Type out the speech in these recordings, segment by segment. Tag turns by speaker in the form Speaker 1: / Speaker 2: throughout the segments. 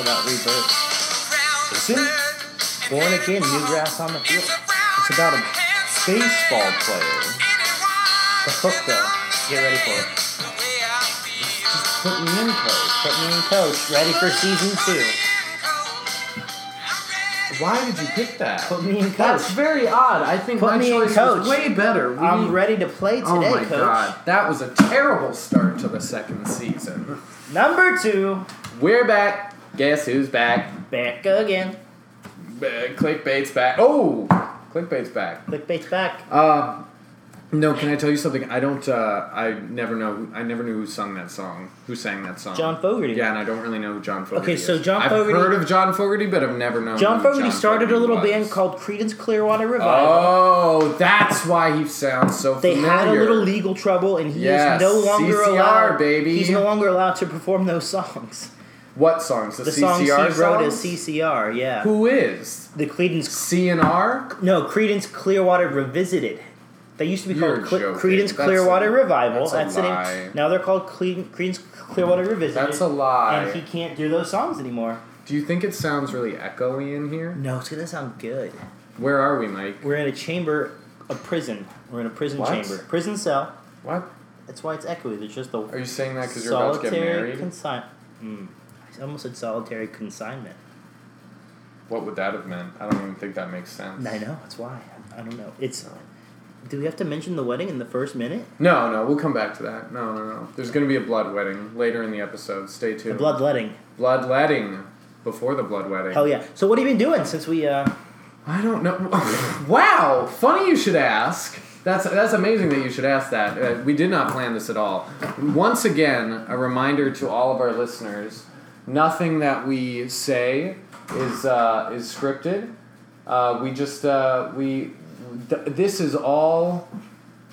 Speaker 1: about rebirth. It's in Born Again, New Grass on the Field. It's about a baseball player
Speaker 2: The hook, though. Get ready for it.
Speaker 1: putting in code.
Speaker 2: Put me in coach. Ready for season two.
Speaker 1: Why did you pick that?
Speaker 2: Put me in coach.
Speaker 3: That's very odd. I think
Speaker 2: Put
Speaker 3: my
Speaker 2: me in
Speaker 3: choice was
Speaker 2: coach.
Speaker 3: way better. We
Speaker 2: I'm
Speaker 3: need-
Speaker 2: ready to play today,
Speaker 3: Oh my
Speaker 2: coach.
Speaker 3: god, that was a terrible start to the second season.
Speaker 2: Number two,
Speaker 3: We're back. Guess who's back?
Speaker 2: back again.
Speaker 3: Uh, clickbait's back. Oh, clickbait's back.
Speaker 2: Clickbait's back.
Speaker 3: Uh, no, can I tell you something? I don't. Uh, I never know. I never knew who sung that song. Who sang that song?
Speaker 2: John Fogerty.
Speaker 3: Yeah, and I don't really know who John Fogerty.
Speaker 2: Okay, so
Speaker 3: is.
Speaker 2: John
Speaker 3: I've
Speaker 2: Fogerty-
Speaker 3: heard of John Fogerty, but I've never known.
Speaker 2: John
Speaker 3: who
Speaker 2: Fogerty started
Speaker 3: Fogerty
Speaker 2: a little
Speaker 3: was.
Speaker 2: band called Creedence Clearwater Revival.
Speaker 3: Oh, that's why he sounds so
Speaker 2: they
Speaker 3: familiar.
Speaker 2: had a little legal trouble, and he
Speaker 3: Yes,
Speaker 2: is no longer
Speaker 3: CCR,
Speaker 2: allowed.
Speaker 3: baby.
Speaker 2: He's no longer allowed to perform those songs.
Speaker 3: What songs? The,
Speaker 2: The
Speaker 3: CCR
Speaker 2: songs he wrote as
Speaker 3: songs?
Speaker 2: CCR, yeah.
Speaker 3: Who is
Speaker 2: The Creedence,
Speaker 3: C and R?
Speaker 2: no, Creedence Clearwater Revisited. They used to be
Speaker 3: You're
Speaker 2: called Cle-
Speaker 3: joking.
Speaker 2: Creedence
Speaker 3: That's
Speaker 2: Clearwater
Speaker 3: a-
Speaker 2: Revival.
Speaker 3: that's a
Speaker 2: That's, the
Speaker 3: lie.
Speaker 2: name. Now they're called Cle- Creedence Clearwater Revisited.
Speaker 3: That's a lie.
Speaker 2: And he can't do those songs anymore.
Speaker 3: Do you think it sounds really echoey in here?
Speaker 2: No, it's gonna sound good.
Speaker 3: Where are we, Mike?
Speaker 2: We're in a chamber, a prison. We're in a prison
Speaker 3: What?
Speaker 2: chamber, prison cell.
Speaker 3: What?
Speaker 2: That's why it's echoey. There's just the
Speaker 3: Are you saying that because you're about to get
Speaker 2: solitary
Speaker 3: married?
Speaker 2: consignment. Mm. I almost said solitary consignment.
Speaker 3: what would that have meant? I don't even think that makes sense.
Speaker 2: I know. That's why. I don't know. It's. Do we have to mention the wedding in the first minute?
Speaker 3: No, no, we'll come back to that. No, no, no. There's going to be a blood wedding later in the episode. Stay
Speaker 2: The
Speaker 3: tuned.
Speaker 2: bloodletting.
Speaker 3: Bloodletting before the blood wedding.
Speaker 2: Hell yeah. So what have you been doing since we? uh
Speaker 3: I don't know. wow, funny you should ask. That's that's amazing that you should ask that. Uh, we did not plan this at all. Once again, a reminder to all of our listeners: nothing that we say is uh, is scripted. Uh, we just uh, we th- this is all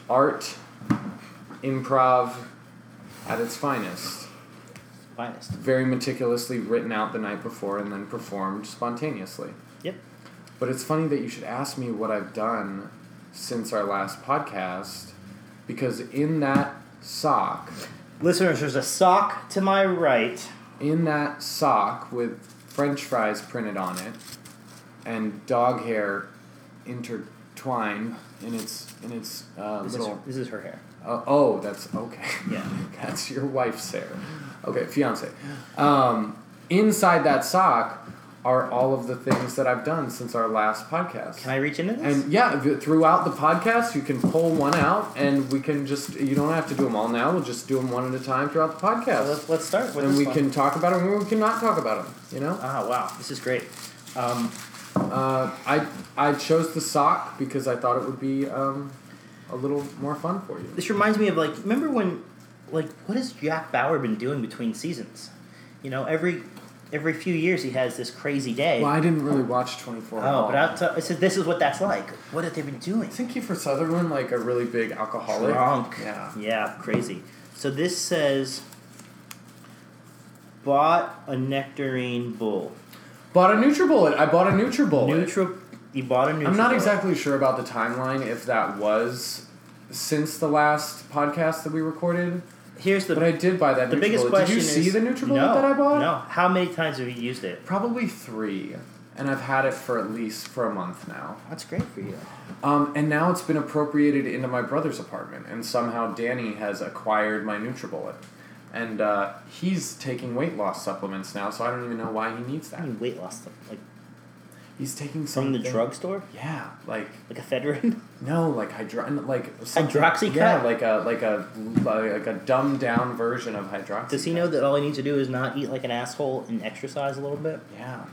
Speaker 3: art, improv, at its finest.
Speaker 2: Finest.
Speaker 3: Very meticulously written out the night before and then performed spontaneously.
Speaker 2: Yep.
Speaker 3: But it's funny that you should ask me what I've done since our last podcast, because in that sock,
Speaker 2: Listeners, there's a sock to my right.
Speaker 3: in that sock with French fries printed on it, and dog hair intertwined in its in its uh,
Speaker 2: This is,
Speaker 3: little.
Speaker 2: this is her hair.
Speaker 3: Uh, oh, that's okay.
Speaker 2: Yeah.
Speaker 3: that's your wife's hair. Okay, fiance. Um, inside that sock are all of the things that I've done since our last podcast.
Speaker 2: Can I reach into this?
Speaker 3: And yeah, th- throughout the podcast, you can pull one out, and we can just you don't have to do them all now. We'll just do them one at a time throughout the
Speaker 2: So
Speaker 3: podcast,
Speaker 2: Uh, let's, let's start with
Speaker 3: and
Speaker 2: this
Speaker 3: we
Speaker 2: one.
Speaker 3: can talk about them, and we can not talk about them. You know,
Speaker 2: Ah, wow. This is great. Um,
Speaker 3: uh, I I chose the sock because I thought it would be um, a little more fun for you.
Speaker 2: this reminds me of like remember when like what has jack bauer been doing between seasons you know every every few years he has this crazy day
Speaker 3: Well, I didn't really watch Twenty Four.
Speaker 2: oh but I'll t- i said this is what that's like what have they been doing
Speaker 3: isn't Kiefer Sutherland like a really big alcoholic?
Speaker 2: drunk
Speaker 3: Yeah.
Speaker 2: yeah crazy so this says bought a nectarine bull
Speaker 3: Bought a NutriBullet. I bought a NutriBullet.
Speaker 2: neutral you bought a neutral
Speaker 3: I'm not exactly sure about the timeline if that was since the last podcast that we recorded,
Speaker 2: here's the
Speaker 3: but I did buy that.
Speaker 2: the biggest
Speaker 3: NutriBullet.
Speaker 2: question
Speaker 3: Did you
Speaker 2: is
Speaker 3: see the NutriBullet
Speaker 2: no,
Speaker 3: that I bought?
Speaker 2: no how many times have you used it
Speaker 3: Probably three, and I've had it for at least for a month now.
Speaker 2: that's great for you
Speaker 3: Um, and now it's been appropriated into my brother's apartment, and somehow Danny has acquired my NutriBullet, and uh, he's taking weight loss supplements now, so I don't even know why he needs
Speaker 2: i
Speaker 3: that.
Speaker 2: mean weight loss stuff like
Speaker 3: He's taking
Speaker 2: Hmm. from
Speaker 3: something
Speaker 2: the drugstore
Speaker 3: Yeah, like
Speaker 2: like ephedrine
Speaker 3: No, like hydro, like something-
Speaker 2: Hydroxycut?
Speaker 3: Yeah, like a like a like a dumbed down version of hydroxy.
Speaker 2: Does he know that all he needs to do is not eat like an asshole and exercise a little bit?
Speaker 3: Yeah,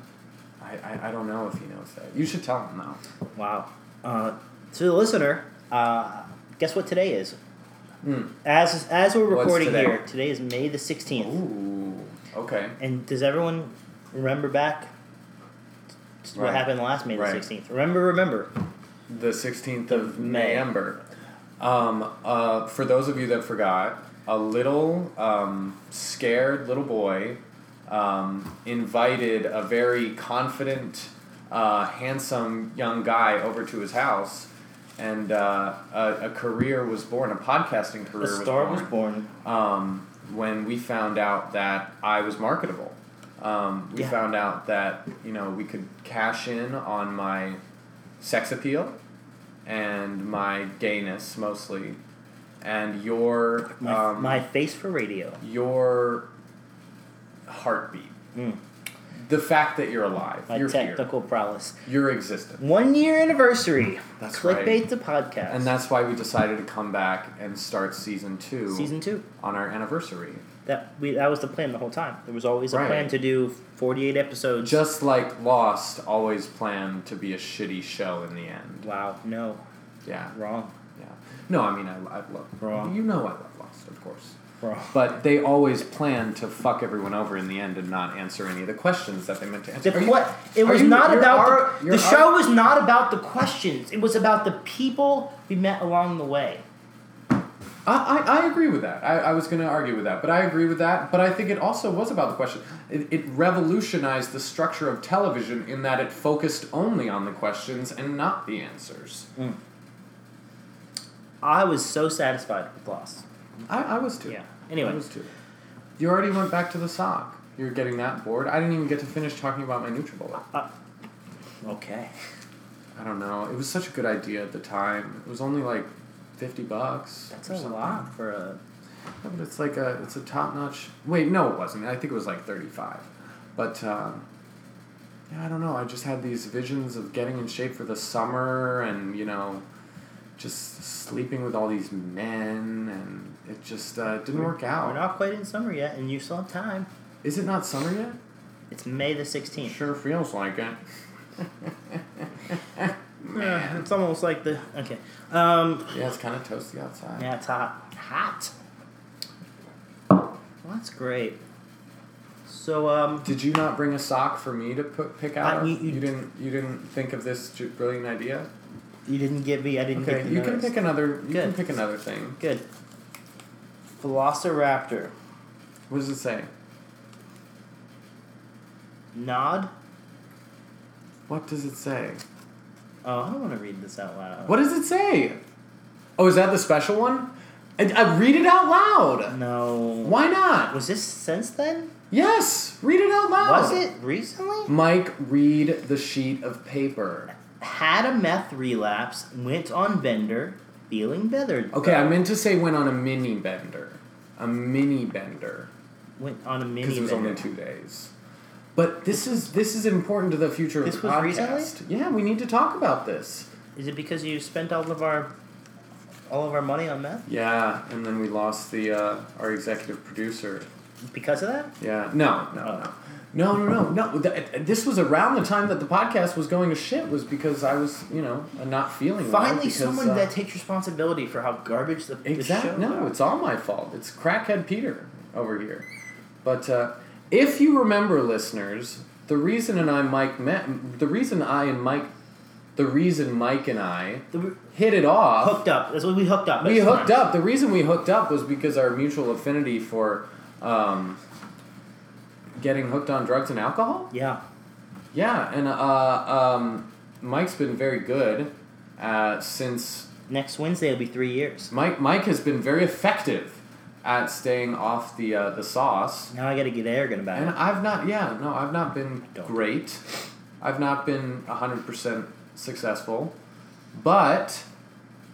Speaker 3: I, I I don't know if he knows that. You should tell him though.
Speaker 2: Wow. Uh, to the listener, uh, guess what today is?
Speaker 3: Hmm.
Speaker 2: As as we're
Speaker 3: What's
Speaker 2: recording
Speaker 3: today?
Speaker 2: here, today is May the sixteenth.
Speaker 3: Ooh, okay.
Speaker 2: And does everyone remember back to what
Speaker 3: Right.
Speaker 2: happened last May the
Speaker 3: Right.
Speaker 2: sixteenth? Remember, remember.
Speaker 3: The sixteenth
Speaker 2: Of
Speaker 3: of
Speaker 2: May.
Speaker 3: November. Um, uh, for those of you that forgot, a little um, scared little boy um, invited a very confident, uh, handsome young guy over to his house, and uh, a, a career was born, a podcasting
Speaker 2: The
Speaker 3: career
Speaker 2: star was born.
Speaker 3: um, when we found out that I was marketable. Um, we
Speaker 2: Yeah.
Speaker 3: found out that you know we could cash in on my sex appeal and my gayness mostly, and your
Speaker 2: My,
Speaker 3: um,
Speaker 2: my face for radio.
Speaker 3: your heartbeat,
Speaker 2: Mm.
Speaker 3: the fact that you're alive,
Speaker 2: My
Speaker 3: your here,
Speaker 2: technical prowess.
Speaker 3: your existence.
Speaker 2: One year anniversary.
Speaker 3: That's
Speaker 2: Clickbait
Speaker 3: right.
Speaker 2: the podcast.
Speaker 3: And that's why we decided to come back and start season two
Speaker 2: season two.
Speaker 3: on our anniversary.
Speaker 2: That we that was the plan the whole time. There was always a
Speaker 3: Right.
Speaker 2: plan to do forty eight episodes.
Speaker 3: Just like Lost always planned to be a shitty show in the end.
Speaker 2: wow, no,
Speaker 3: Yeah.
Speaker 2: wrong,
Speaker 3: Yeah. No, I mean, I, I love.
Speaker 2: Wrong.
Speaker 3: You know I love Lost, of course.
Speaker 2: wrong.
Speaker 3: But they always plan to fuck everyone over in the end and not answer any of the questions that they meant to answer.
Speaker 2: The
Speaker 3: Are you-
Speaker 2: que- it
Speaker 3: are
Speaker 2: was
Speaker 3: you-
Speaker 2: not
Speaker 3: you're
Speaker 2: about
Speaker 3: ar-
Speaker 2: the,
Speaker 3: you're
Speaker 2: the
Speaker 3: ar-
Speaker 2: show was not about the questions. It was about the people we met along the way.
Speaker 3: I, I, I agree with that. I, I was going to argue with that, but I agree with that. But I think it also was about the question. It, it revolutionized the structure of television in that it focused only on the questions and not the answers.
Speaker 2: I was so satisfied with Lost.
Speaker 3: I, I was too.
Speaker 2: Yeah. Anyway.
Speaker 3: I was too. You already went back to the sock. You're getting that bored. I didn't even get to finish talking about my NutriBullet.
Speaker 2: Uh, Okay.
Speaker 3: I don't know. It was such a good idea at the time. It was only like fifty bucks.
Speaker 2: That's
Speaker 3: or
Speaker 2: a
Speaker 3: something.
Speaker 2: lot for a
Speaker 3: Yeah, but it's like a it's a top notch. Wait, no, it wasn't. I think it was like thirty five. But um, yeah, I don't know. I just had these visions of getting in shape for the summer, and you know, just sleeping with all these men, and it just uh, didn't work
Speaker 2: We're
Speaker 3: out.
Speaker 2: not quite in summer yet, and you still have time.
Speaker 3: Is it not summer yet?
Speaker 2: It's May the 16th.
Speaker 3: Sure feels like it.
Speaker 2: Yeah, it's almost like the. Okay. Um,
Speaker 3: Yeah, it's kind of toasty outside.
Speaker 2: yeah, it's hot. Hot? Well, that's great. So, um,
Speaker 3: Did you not bring a sock for me to put, pick out?
Speaker 2: I-
Speaker 3: of?
Speaker 2: you- you-
Speaker 3: didn't. You didn't think of this ju- brilliant idea.
Speaker 2: you didn't give me. I didn't
Speaker 3: Okay,
Speaker 2: give
Speaker 3: you can pick another. You can
Speaker 2: Good.
Speaker 3: pick another thing.
Speaker 2: Good. Velociraptor.
Speaker 3: What does it say?
Speaker 2: Nod?
Speaker 3: What does it say?
Speaker 2: Oh, I don't want to read this out loud.
Speaker 3: What does it say? Oh, is that the special one? I, I read it out loud.
Speaker 2: No.
Speaker 3: Why not?
Speaker 2: Was this since then?
Speaker 3: Yes, read it out loud.
Speaker 2: Was it recently?
Speaker 3: Mike, read the sheet of paper.
Speaker 2: Had a meth relapse, went on bender, feeling better.
Speaker 3: Okay, I meant to say went on a mini bender. A mini bender.
Speaker 2: Went on a mini
Speaker 3: because it was
Speaker 2: bender.
Speaker 3: only two days. But this is this is important to the future of
Speaker 2: This
Speaker 3: the
Speaker 2: was
Speaker 3: podcast.
Speaker 2: recently?
Speaker 3: Yeah, we need to talk about this.
Speaker 2: Is it because you spent all of our all of our money on meth?
Speaker 3: Yeah, and then we lost the uh, our executive producer.
Speaker 2: Because of that?
Speaker 3: Yeah, no, no, no, no, no, no, no. Th- this was around the time that the podcast was going to shit. Was because I was you know not feeling well
Speaker 2: Finally,
Speaker 3: because,
Speaker 2: someone
Speaker 3: uh,
Speaker 2: that takes responsibility for how garbage the
Speaker 3: Exactly.
Speaker 2: The show
Speaker 3: No,
Speaker 2: got.
Speaker 3: it's all my fault. It's crackhead Peter over here. But uh, if you remember, listeners, the reason and I, Mike, met, the reason I and Mike, the reason Mike and I
Speaker 2: The- we
Speaker 3: hit it off,
Speaker 2: hooked up. That's what we hooked up.
Speaker 3: we
Speaker 2: That's
Speaker 3: hooked
Speaker 2: fine.
Speaker 3: up. The reason we hooked up was because our mutual affinity for um, getting hooked on drugs and alcohol.
Speaker 2: Yeah.
Speaker 3: Yeah, and uh, um, Mike's been very good uh, since
Speaker 2: Next Wednesday will be three years.
Speaker 3: Mike Mike has been very effective at staying off the uh, the sauce,
Speaker 2: Now I got to get arrogant about
Speaker 3: and
Speaker 2: it.
Speaker 3: I've not. Yeah, no, I've not been
Speaker 2: Don't.
Speaker 3: great. I've not been hundred percent successful, but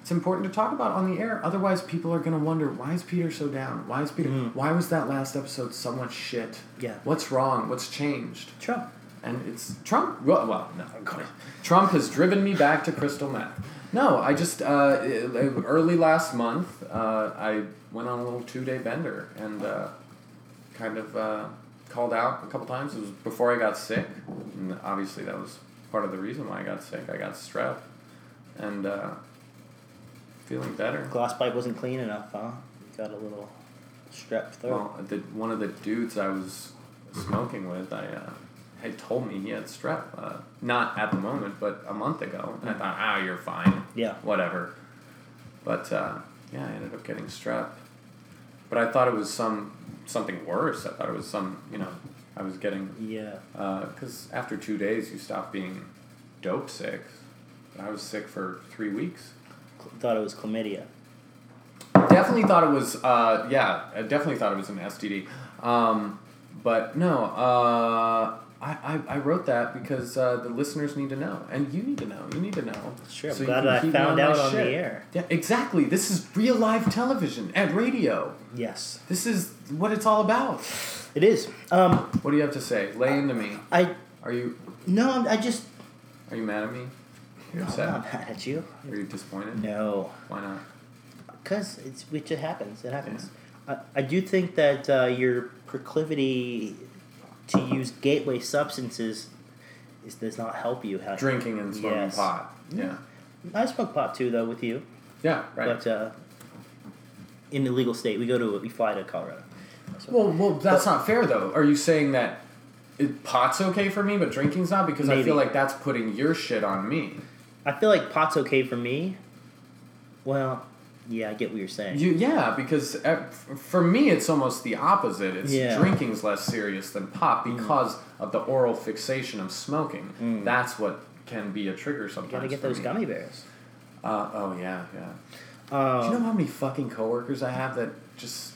Speaker 3: it's important to talk about on the air. Otherwise, people are gonna wonder why is Peter so down? Why is Peter? Why was that last episode so much shit?
Speaker 2: Hmm. Yeah.
Speaker 3: What's wrong? What's changed?
Speaker 2: Trump.
Speaker 3: And it's Trump. Well, well no, of course. Trump has driven me back to crystal meth. No, I just uh, early last month uh, I went on a little two day bender and uh, kind of uh, called out a couple times. It was before I got sick. And obviously, that was part of the reason why I got sick. I got strep and uh, feeling better.
Speaker 2: Glass pipe wasn't clean enough, huh? Got a little strep throat.
Speaker 3: Well, the, one of the dudes I was smoking with, I uh, had told me he had strep. Uh, not at the moment, but a month ago. And I thought, ah, you're fine.
Speaker 2: Yeah.
Speaker 3: Whatever. But uh, yeah, I ended up getting strep. But I thought it was some something worse. I thought it was some you know I was getting
Speaker 2: yeah.
Speaker 3: because after two days you stop being dope sick. I was sick for three weeks.
Speaker 2: Cl- thought it was chlamydia.
Speaker 3: Definitely thought it was. Uh, yeah, I definitely thought it was an STD. Um, But no, uh, I, I, I wrote that because uh, the listeners need to know, and you need to know. You need to know.
Speaker 2: Sure, I'm
Speaker 3: you
Speaker 2: glad
Speaker 3: can
Speaker 2: I
Speaker 3: keep me
Speaker 2: found
Speaker 3: my
Speaker 2: out on the
Speaker 3: shit.
Speaker 2: air.
Speaker 3: Yeah, exactly. This is real live television and radio.
Speaker 2: Yes,
Speaker 3: This is what it's all about.
Speaker 2: it is. Um,
Speaker 3: What do you have to say? Lay into me.
Speaker 2: I
Speaker 3: Are you
Speaker 2: no, I'm- I just
Speaker 3: are you mad at me? You're
Speaker 2: no, I'm
Speaker 3: upset.
Speaker 2: not mad at you.
Speaker 3: Are you disappointed?
Speaker 2: No,
Speaker 3: Why not?
Speaker 2: because it's which it happens. It happens. I, I do think that uh, your proclivity to use gateway substances is, does not help you. How
Speaker 3: Drinking and smoking
Speaker 2: Yes.
Speaker 3: pot. Yeah.
Speaker 2: I smoke pot too, though, with you.
Speaker 3: Yeah. Right.
Speaker 2: But uh, in the legal state, we go to we fly to Colorado.
Speaker 3: well, well, that's not fair though. Are you saying that it, pot's okay for me, but drinking's not? Because I
Speaker 2: Maybe.
Speaker 3: feel like that's putting your shit on me.
Speaker 2: I feel like pot's okay for me. Well, yeah, I get what you're saying.
Speaker 3: You, yeah, because uh, f- for me it's almost the opposite. It's
Speaker 2: Yeah. Mm.
Speaker 3: drinking's less serious than pot because of the oral fixation of smoking. That's what can be a trigger sometimes.
Speaker 2: Gotta get
Speaker 3: for
Speaker 2: those
Speaker 3: me.
Speaker 2: gummy bears.
Speaker 3: Uh, oh yeah, yeah.
Speaker 2: Um,
Speaker 3: Do you know how many fucking coworkers I have that just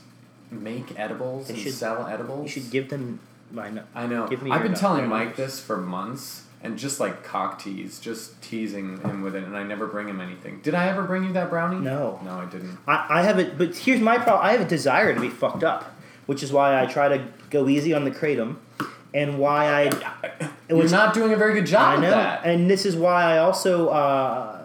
Speaker 3: make edibles
Speaker 2: They
Speaker 3: and
Speaker 2: should-
Speaker 3: sell edibles?
Speaker 2: you should give them my. nu-
Speaker 3: I know.
Speaker 2: Give me
Speaker 3: I've
Speaker 2: your
Speaker 3: been
Speaker 2: nu-
Speaker 3: telling
Speaker 2: your
Speaker 3: Mike
Speaker 2: numbers.
Speaker 3: this for months, and just like cock tease, just teasing him with it, and I never bring him anything. Did I ever bring you that brownie?
Speaker 2: No.
Speaker 3: No, I didn't.
Speaker 2: I, I have it, but here's my problem. I have a desire to be fucked up, which is why I try to go easy on the kratom, and why I. It
Speaker 3: You're not doing a very good job
Speaker 2: I know,
Speaker 3: at that.
Speaker 2: and this is why I also uh,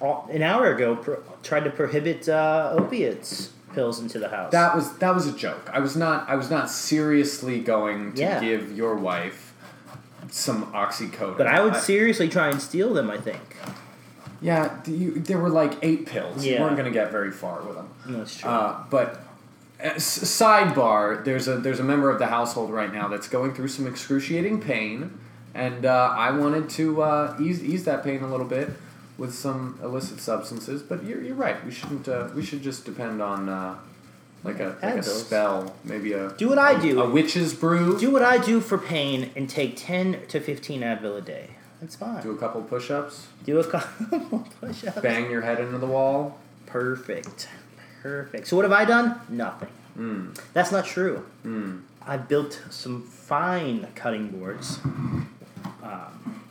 Speaker 2: all- an hour ago pro- tried to prohibit uh, opiates pills into the house.
Speaker 3: That was that was a joke. I was not I was not seriously going to
Speaker 2: Yeah.
Speaker 3: give your wife some oxycodone.
Speaker 2: but I would seriously try and steal them. I think.
Speaker 3: Yeah, do you, there were like eight pills.
Speaker 2: Yeah.
Speaker 3: You weren't going to get very far with them.
Speaker 2: No, it's true.
Speaker 3: Uh, but uh, s- sidebar, there's a there's a member of the household right now that's going through some excruciating pain, and uh, I wanted to uh, ease ease that pain a little bit with some illicit substances. But you're, you're right. We shouldn't. Uh, we should just depend on uh, like a like a
Speaker 2: Advils.
Speaker 3: spell, maybe a
Speaker 2: do what I do.
Speaker 3: a witch's brew.
Speaker 2: do what I do for pain and take ten to fifteen Advil a day. That's fine.
Speaker 3: Do a couple push-ups.
Speaker 2: Do a couple push-ups.
Speaker 3: Bang your head into the wall.
Speaker 2: Perfect. Perfect. So what have I done? Nothing.
Speaker 3: Hmm.
Speaker 2: That's not true. I built some fine cutting boards. Um,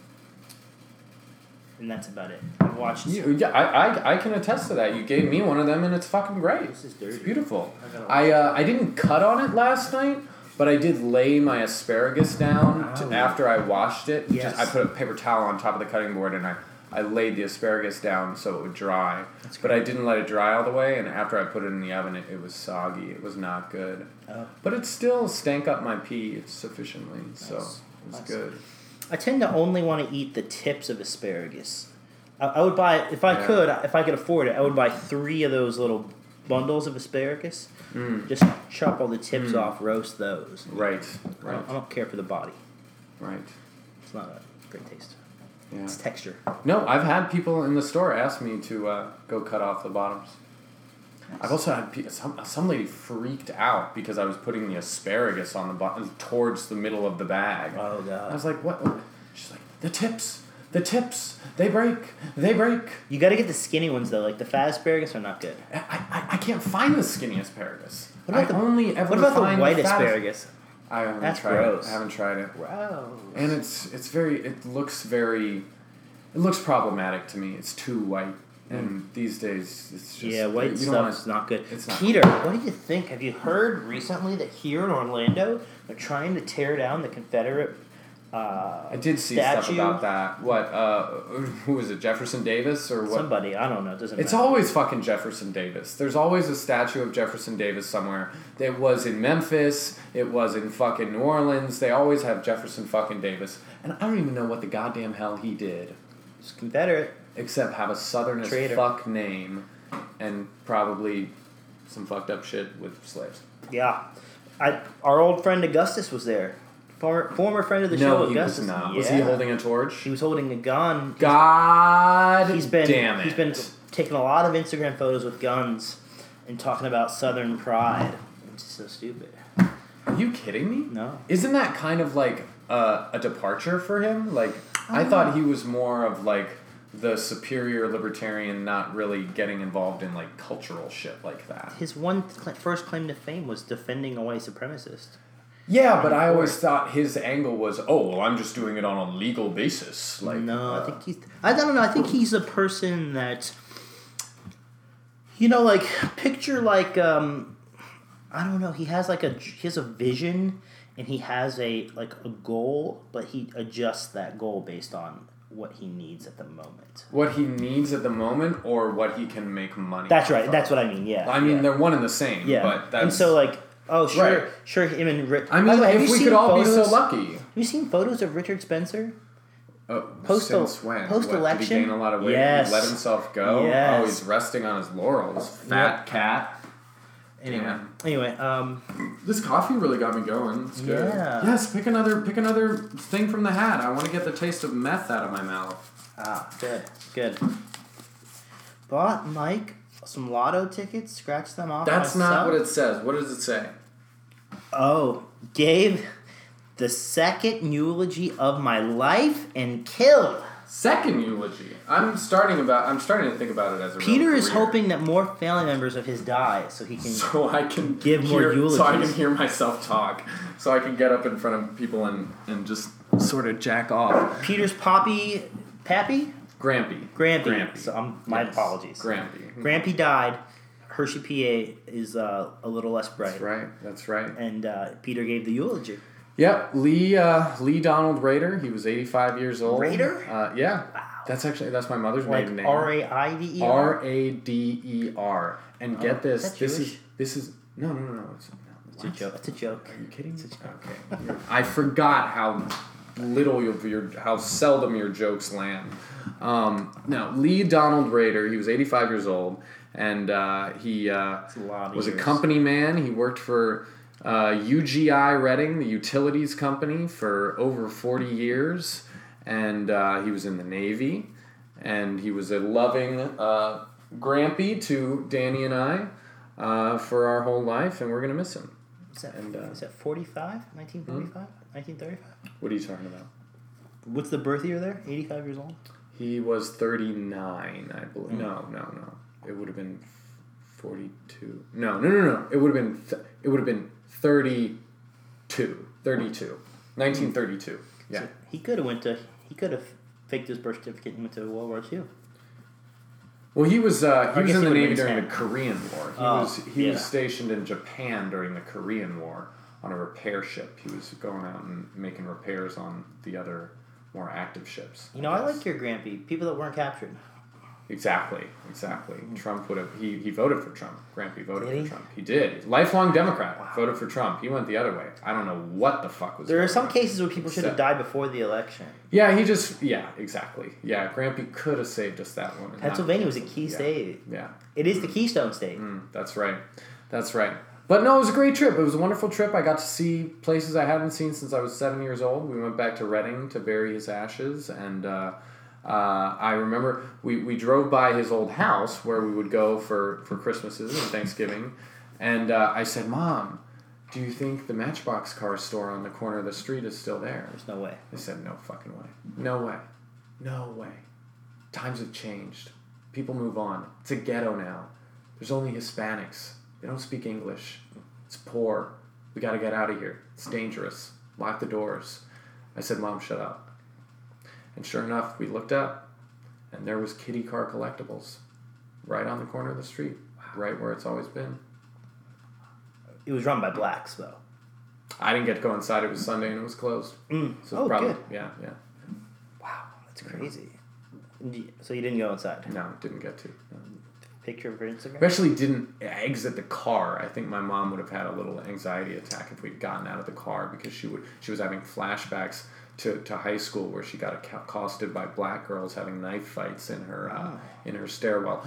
Speaker 2: and that's about it. I've watched
Speaker 3: You, yeah, I, I, I can attest to that. You gave me one of them, and it's fucking great.
Speaker 2: This is dirty.
Speaker 3: It's beautiful.
Speaker 2: I gotta-
Speaker 3: I, uh, I didn't cut on it last night, but I did lay my asparagus down to,
Speaker 2: Oh.
Speaker 3: after I washed it.
Speaker 2: Yes.
Speaker 3: Just, I put a paper towel on top of the cutting board, and I, I laid the asparagus down so it would dry.
Speaker 2: That's
Speaker 3: But I didn't let it dry all the way, and after I put it in the oven, it, it was soggy. It was not good.
Speaker 2: Oh.
Speaker 3: But it still stank up my pee sufficiently, so it was
Speaker 2: Nice.
Speaker 3: good.
Speaker 2: I tend to only want to eat the tips of asparagus. I, I would buy if I
Speaker 3: Yeah.
Speaker 2: could, if I could afford it, I would buy three of those little bundles of asparagus.
Speaker 3: Hmm.
Speaker 2: Just chop all the tips off, roast those.
Speaker 3: Right,
Speaker 2: I
Speaker 3: Hmm. right,
Speaker 2: don't, I don't care for the body.
Speaker 3: right.
Speaker 2: It's not a great taste.
Speaker 3: Yeah. Oh,
Speaker 2: It's texture.
Speaker 3: No, I've had people in the store ask me to uh, go cut off the bottoms. I've also had pe- some some lady freaked out because I was putting the asparagus on the bottom towards the middle of the bag.
Speaker 2: Oh, God.
Speaker 3: I was like, what? what?" She's like, the tips, the tips, they break, they break.
Speaker 2: You got to get the skinny ones though. Like the fat asparagus are not good.
Speaker 3: I, I, I can't find the skinny asparagus.
Speaker 2: What about
Speaker 3: I
Speaker 2: the-
Speaker 3: only ever
Speaker 2: What about
Speaker 3: find
Speaker 2: the white
Speaker 3: fat-
Speaker 2: asparagus?
Speaker 3: I haven't
Speaker 2: That's
Speaker 3: tried
Speaker 2: gross.
Speaker 3: it. I haven't tried it.
Speaker 2: Wow.
Speaker 3: And it's it's very it looks very it looks problematic to me. It's too white. And these days it's just
Speaker 2: Hmm. yeah, white
Speaker 3: you don't
Speaker 2: stuff's not good.
Speaker 3: it's not
Speaker 2: Peter, what do you think? Have you heard recently that here in Orlando they're trying to tear down the Confederate? Uh,
Speaker 3: I did see stuff
Speaker 2: statue?
Speaker 3: about that. What uh who was it? Jefferson Davis or what?
Speaker 2: Somebody I don't know. it Doesn't
Speaker 3: It's
Speaker 2: matter.
Speaker 3: always fucking Jefferson Davis. There's always a statue of Jefferson Davis somewhere. It was in Memphis. It was in fucking New Orleans. They always have Jefferson fucking Davis. And I don't even know what the goddamn hell he did.
Speaker 2: It's Confederate.
Speaker 3: except have a southern as
Speaker 2: Traitor.
Speaker 3: fuck name and probably some fucked up shit with slaves.
Speaker 2: Yeah, I our old friend Augustus was there. For, former friend of the show,
Speaker 3: no, he
Speaker 2: Augustus.
Speaker 3: was not.
Speaker 2: Yeah.
Speaker 3: Was he holding a torch?
Speaker 2: He was holding a gun.
Speaker 3: God
Speaker 2: He's been
Speaker 3: damn it.
Speaker 2: he's been taking a lot of Instagram photos with guns and talking about Southern pride. It's so stupid.
Speaker 3: Are you kidding me?
Speaker 2: No.
Speaker 3: Isn't that kind of like uh, a departure for him? Like, I thought he was more of like the superior libertarian, not really getting involved in like cultural shit like that.
Speaker 2: His one cl- first claim to fame was defending a white supremacist.
Speaker 3: Yeah, but I always thought his angle was, oh, well, I'm just doing it on a legal basis. Like,
Speaker 2: No, I
Speaker 3: uh,
Speaker 2: think he's. I don't know. I think he's a person that, you know, like picture like um, I don't know. He has like a he has a vision and he has a like a goal, but he adjusts that goal based on what he needs at the moment.
Speaker 3: what he needs at the moment or what he can make money.
Speaker 2: That's right.
Speaker 3: from.
Speaker 2: That's what I mean. Yeah.
Speaker 3: I mean,
Speaker 2: yeah.
Speaker 3: they're one and the same.
Speaker 2: yeah.
Speaker 3: But that's,
Speaker 2: and so like. Oh sure,
Speaker 3: Right.
Speaker 2: sure. Him and Rick.
Speaker 3: I mean, if we could all be so lucky.
Speaker 2: Have you seen photos of Richard Spencer?
Speaker 3: Oh,
Speaker 2: Post-
Speaker 3: since when? What, did he
Speaker 2: post-election?
Speaker 3: gain a lot of weight?
Speaker 2: Yes.
Speaker 3: Let himself go. Oh,
Speaker 2: Yes.
Speaker 3: he's resting on his laurels. Fat cat.
Speaker 2: Anyway,
Speaker 3: Damn.
Speaker 2: anyway, um,
Speaker 3: This coffee really got me going. It's good.
Speaker 2: Yeah.
Speaker 3: Yes, pick another pick another thing from the hat. I want to get the taste of meth out of my mouth.
Speaker 2: Ah, good, good. Bought Mike some lotto tickets, scratched them off.
Speaker 3: That's
Speaker 2: myself.
Speaker 3: not what it says. What does it say?
Speaker 2: Oh, gave the second eulogy of my life and
Speaker 3: Oh,
Speaker 2: killed.
Speaker 3: Second eulogy. I'm starting about. I'm starting to think about it as a real
Speaker 2: Peter is
Speaker 3: career.
Speaker 2: hoping that more family members of his die so he can.
Speaker 3: so I can
Speaker 2: Give more
Speaker 3: hear, so I can
Speaker 2: eulogies.
Speaker 3: hear myself talk, so I can get up in front of people and and just sort of jack off.
Speaker 2: Peter's poppy, pappy,
Speaker 3: Grampy.
Speaker 2: Grampy.
Speaker 3: Grampy.
Speaker 2: So I'm, my
Speaker 3: Yes.
Speaker 2: apologies.
Speaker 3: Grampy.
Speaker 2: Grampy died. Hershey, PA, is uh, a little less bright.
Speaker 3: That's right. That's right.
Speaker 2: And uh, Peter gave the eulogy.
Speaker 3: Yep, Lee uh, Lee Donald Raider. He was 85 years old.
Speaker 2: Raider?
Speaker 3: Uh, yeah. That's actually that's my mother's
Speaker 2: Like
Speaker 3: maiden name.
Speaker 2: R A I D E.
Speaker 3: R A D E R. And get this,
Speaker 2: that
Speaker 3: this is
Speaker 2: Jewish?
Speaker 3: this is no no no no. It's, no
Speaker 2: It's a joke. It's a joke.
Speaker 3: Are you kidding? Okay. You're- I forgot how little your, your how seldom your jokes land. Um, now Lee Donald Raider, he was 85 years old, and uh, he uh,
Speaker 2: a lot of
Speaker 3: was a
Speaker 2: years.
Speaker 3: company man. He worked for uh, UGI Reading, the utilities company, for over 40 years, and uh, he was in the Navy, and he was a loving uh, grampy to Danny and I. Uh, for our whole life, and we're gonna miss him.
Speaker 2: Is that,
Speaker 3: And, uh, Hmm?
Speaker 2: is that 45? 1945? 1935?
Speaker 3: What are you talking about?
Speaker 2: What's the birth year there? 85 years old?
Speaker 3: He was 39, I believe.
Speaker 2: Hmm.
Speaker 3: No, no, no. It would have been 42. No, no, no, no. It would have been th- it would have been 32. 32. 1932. Yeah.
Speaker 2: So he could have went to, he could have faked his birth certificate and went to World War II.
Speaker 3: Well, he was uh, he
Speaker 2: I
Speaker 3: was in
Speaker 2: guess he
Speaker 3: the
Speaker 2: would've
Speaker 3: Navy
Speaker 2: been
Speaker 3: during the
Speaker 2: 10.
Speaker 3: Korean War. He
Speaker 2: Oh,
Speaker 3: was he
Speaker 2: yeah.
Speaker 3: was stationed in Japan during the Korean War on a repair ship. He was going out and making repairs on the other more active ships.
Speaker 2: You know, I
Speaker 3: guess.
Speaker 2: like your Grampy. People that weren't captured.
Speaker 3: Exactly, exactly. Trump would have he, he voted for Trump. Grampy voted
Speaker 2: Hmm. Did
Speaker 3: for
Speaker 2: he?
Speaker 3: Trump. He did. Lifelong Democrat voted for Trump. He went the other way. I don't know what the fuck was.
Speaker 2: There are
Speaker 3: going
Speaker 2: some
Speaker 3: on.
Speaker 2: cases where people should have died before the election.
Speaker 3: Yeah, he just yeah, exactly. Yeah, Grampy could have saved us that one. and not-
Speaker 2: Pennsylvania was a key
Speaker 3: Yeah. Hmm.
Speaker 2: state.
Speaker 3: Yeah,
Speaker 2: It is the Keystone State.
Speaker 3: that's right. That's right. But no, it was a great trip. It was a wonderful trip. I got to see places I hadn't seen since I was seven years old. We went back to Reading to bury his ashes, and uh, uh, I remember we, we drove by his old house where we would go for, for Christmases and Thanksgiving, and uh, I said, "Mom, do you think the Matchbox car store on the corner of the street is still there?"
Speaker 2: There's no way.
Speaker 3: They said, no fucking way. No way. No way. Times have changed. People move on. It's a ghetto now. There's only Hispanics. They don't speak English. It's poor. We gotta get out of here. It's dangerous. Lock the doors. I said, Mom, shut up. And sure enough, we looked up, and there was Kitty Car Collectibles right on the corner of the street, right where it's always been.
Speaker 2: It was run by blacks, though.
Speaker 3: I didn't get to go inside. It was Sunday and it was closed. Mm. So
Speaker 2: Oh,
Speaker 3: probably,
Speaker 2: good.
Speaker 3: yeah, yeah.
Speaker 2: Wow, that's crazy. Y- So you didn't go inside.
Speaker 3: No, didn't get to. No.
Speaker 2: Picture of her Instagram?
Speaker 3: We actually didn't exit the car. I think my mom would have had a little anxiety attack if we'd gotten out of the car because she would she was having flashbacks to, to high school where she got acco- accosted by black girls having knife fights in her
Speaker 2: Oh.
Speaker 3: uh, in her stairwell.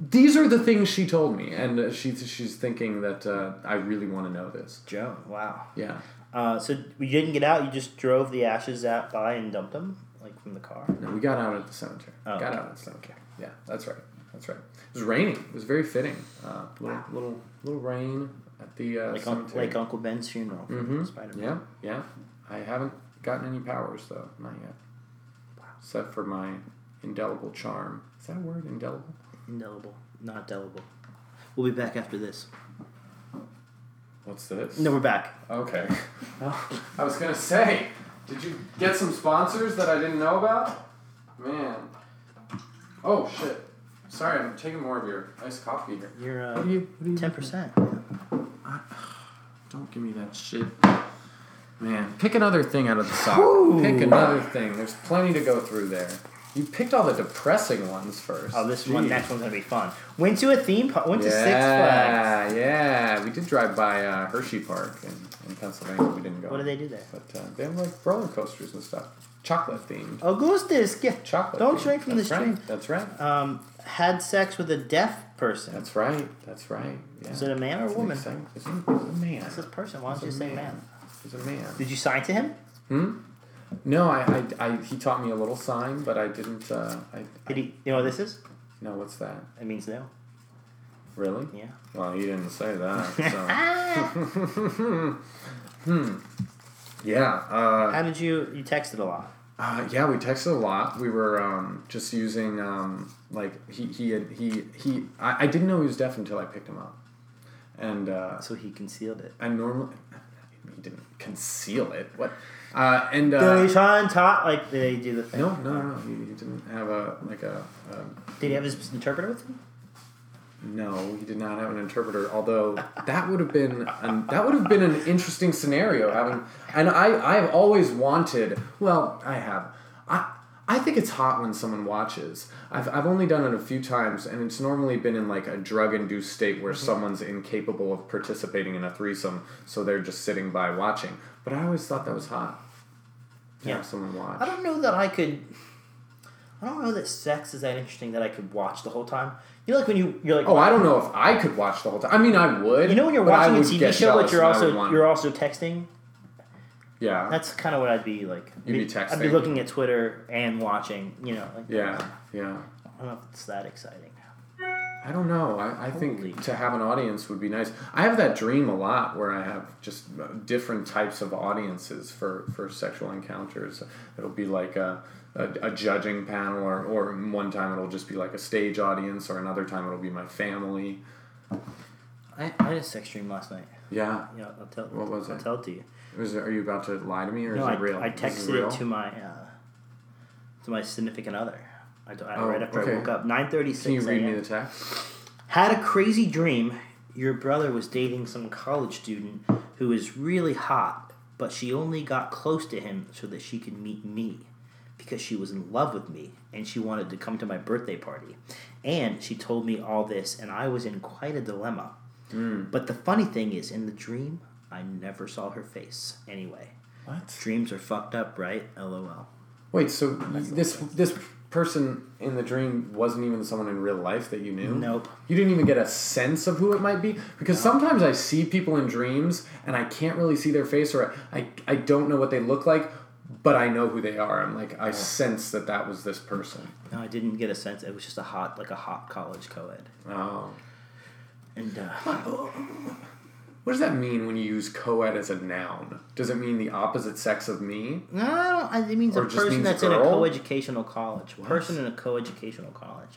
Speaker 3: These are the things she told me, and uh, she, she's thinking that uh, I really want to know this.
Speaker 2: Joan, wow.
Speaker 3: Yeah,
Speaker 2: Uh, so you didn't get out. You just drove the ashes out by and dumped them like from the car.
Speaker 3: no, we got out at the cemetery.
Speaker 2: Oh,
Speaker 3: got
Speaker 2: okay.
Speaker 3: out at the cemetery. Yeah, that's right. That's right. It was raining. It was very fitting. Uh, little little little rain at the uh,
Speaker 2: Like, un-
Speaker 3: cemetery. Mm-hmm.
Speaker 2: like Uncle Ben's funeral from Spider-Man.
Speaker 3: Yeah, yeah. I haven't gotten any powers though, not yet. Except for my indelible charm. Is that a word? Indelible.
Speaker 2: Indelible, not delible. We'll be back after this.
Speaker 3: What's this?
Speaker 2: No, we're back.
Speaker 3: Okay. Oh, I was gonna say, did you get some sponsors that I didn't know about? Man. Oh shit. Sorry, I'm taking more of your iced coffee here.
Speaker 2: You're
Speaker 3: What do
Speaker 2: uh,
Speaker 3: you? What do you?
Speaker 2: ten percent.
Speaker 3: Don't give me that shit. Man, pick another thing out of the sock. Pick another thing. There's plenty to go through there. You picked all the depressing ones first.
Speaker 2: Oh, this one,
Speaker 3: Jeez.
Speaker 2: next one's gonna be fun. Went to a theme park. Went
Speaker 3: yeah,
Speaker 2: to Six Flags.
Speaker 3: Yeah, we did drive by uh, Hershey Park in, in Pennsylvania. We didn't go.
Speaker 2: What do they do there?
Speaker 3: But uh, they have like roller coasters and stuff. Chocolate themed.
Speaker 2: Augustus, get
Speaker 3: Chocolate.
Speaker 2: Don't
Speaker 3: themed.
Speaker 2: drink from
Speaker 3: That's
Speaker 2: the
Speaker 3: right.
Speaker 2: stream.
Speaker 3: That's right.
Speaker 2: Um, had sex with a deaf person.
Speaker 3: That's right. That's right. Yeah.
Speaker 2: Is it a man or a
Speaker 3: That's an
Speaker 2: woman?
Speaker 3: exciting- It's a it's a man.
Speaker 2: That's this person. Why don't you
Speaker 3: It's a
Speaker 2: say man?
Speaker 3: It's a man.
Speaker 2: Did you sign to him?
Speaker 3: No, I, I, I, he taught me a little sign, but I didn't. Uh, I,
Speaker 2: Did he? You know what this is?
Speaker 3: no, what's that?
Speaker 2: It means no.
Speaker 3: Really?
Speaker 2: Yeah.
Speaker 3: Well, he didn't say that. So. hmm. Yeah. Uh,
Speaker 2: How did you? You texted a lot.
Speaker 3: uh, yeah. We texted a lot. We were um, just using um, like he he had, he he. I, I didn't know he was deaf until I picked him up, and uh,
Speaker 2: So he concealed it.
Speaker 3: I normally he didn't conceal it. What? Uh, and uh,
Speaker 2: Billy Sean taught like they do the thing.
Speaker 3: no, no, no, no. He, he didn't have a like a. a
Speaker 2: Did he have his interpreter with him?
Speaker 3: No, he did not have an interpreter. Although that would have been an, that would have been an interesting scenario. Having and I I've always wanted. Well, I have. I I think it's hot when someone watches. I've I've only done it a few times, and it's normally been in like a drug induced state where
Speaker 2: Mm-hmm.
Speaker 3: someone's incapable of participating in a threesome, so they're just sitting by watching. But I always thought that was hot. To
Speaker 2: Yeah.
Speaker 3: have someone watch.
Speaker 2: I don't know that I could. I don't know that sex is that interesting that I could watch the whole time. You know, like when you you're like
Speaker 3: Oh, I don't know if I could watch the whole time. I mean, I would.
Speaker 2: You know when you're
Speaker 3: but I
Speaker 2: watching a
Speaker 3: would
Speaker 2: TV
Speaker 3: get
Speaker 2: show, but
Speaker 3: jealous
Speaker 2: you're
Speaker 3: and I would
Speaker 2: also
Speaker 3: want-
Speaker 2: you're also texting.
Speaker 3: yeah.
Speaker 2: That's kind of what I'd be like.
Speaker 3: You'd be
Speaker 2: I'd be
Speaker 3: texting.
Speaker 2: looking at Twitter and watching. You know, like,
Speaker 3: Yeah, yeah.
Speaker 2: I don't know if it's that exciting.
Speaker 3: I don't know. I, I think
Speaker 2: Holy.
Speaker 3: to have an audience would be nice. I have that dream a lot where I have just uh, different types of audiences for, for sexual encounters. It'll be like a, a, a judging panel, or, or one time it'll just be like a stage audience, or another time it'll be my family.
Speaker 2: I, I had a sex dream last night.
Speaker 3: Yeah.
Speaker 2: You know, I'll tell.
Speaker 3: What was
Speaker 2: I'll
Speaker 3: it?
Speaker 2: tell it to you.
Speaker 3: Is it, are you about to lie to me, or
Speaker 2: No,
Speaker 3: is it
Speaker 2: I,
Speaker 3: real?
Speaker 2: I
Speaker 3: This is
Speaker 2: texted
Speaker 3: real?
Speaker 2: it to my uh, to my significant other. I, I,
Speaker 3: Oh,
Speaker 2: right after
Speaker 3: okay.
Speaker 2: I woke up, nine thirty
Speaker 3: Can you
Speaker 2: six.
Speaker 3: read me the text?
Speaker 2: Had a crazy dream. Your brother was dating some college student who was really hot, but she only got close to him so that she could meet me because she was in love with me and she wanted to come to my birthday party. And she told me all this, and I was in quite a dilemma. But the funny thing is, in the dream, I never saw her face anyway.
Speaker 3: What?
Speaker 2: Dreams are fucked up, right? LOL.
Speaker 3: Wait, so this this person in the dream wasn't even someone in real life that you knew?
Speaker 2: Nope.
Speaker 3: You didn't even get a sense of who it might be because sometimes I see people in dreams and I can't really see their face or I I don't know what they look like, but I know who they are. I'm like I sense that that was this person.
Speaker 2: No, I didn't get a sense. It was just a hot, like a hot college co-ed.
Speaker 3: Oh.
Speaker 2: And uh,
Speaker 3: What does that mean when you use co-ed as a noun? Does it mean the opposite sex of me?
Speaker 2: No, I don't. I- It means
Speaker 3: Or
Speaker 2: a
Speaker 3: it just
Speaker 2: person
Speaker 3: means
Speaker 2: that's in a
Speaker 3: girl?
Speaker 2: coeducational college. Person in a coeducational college.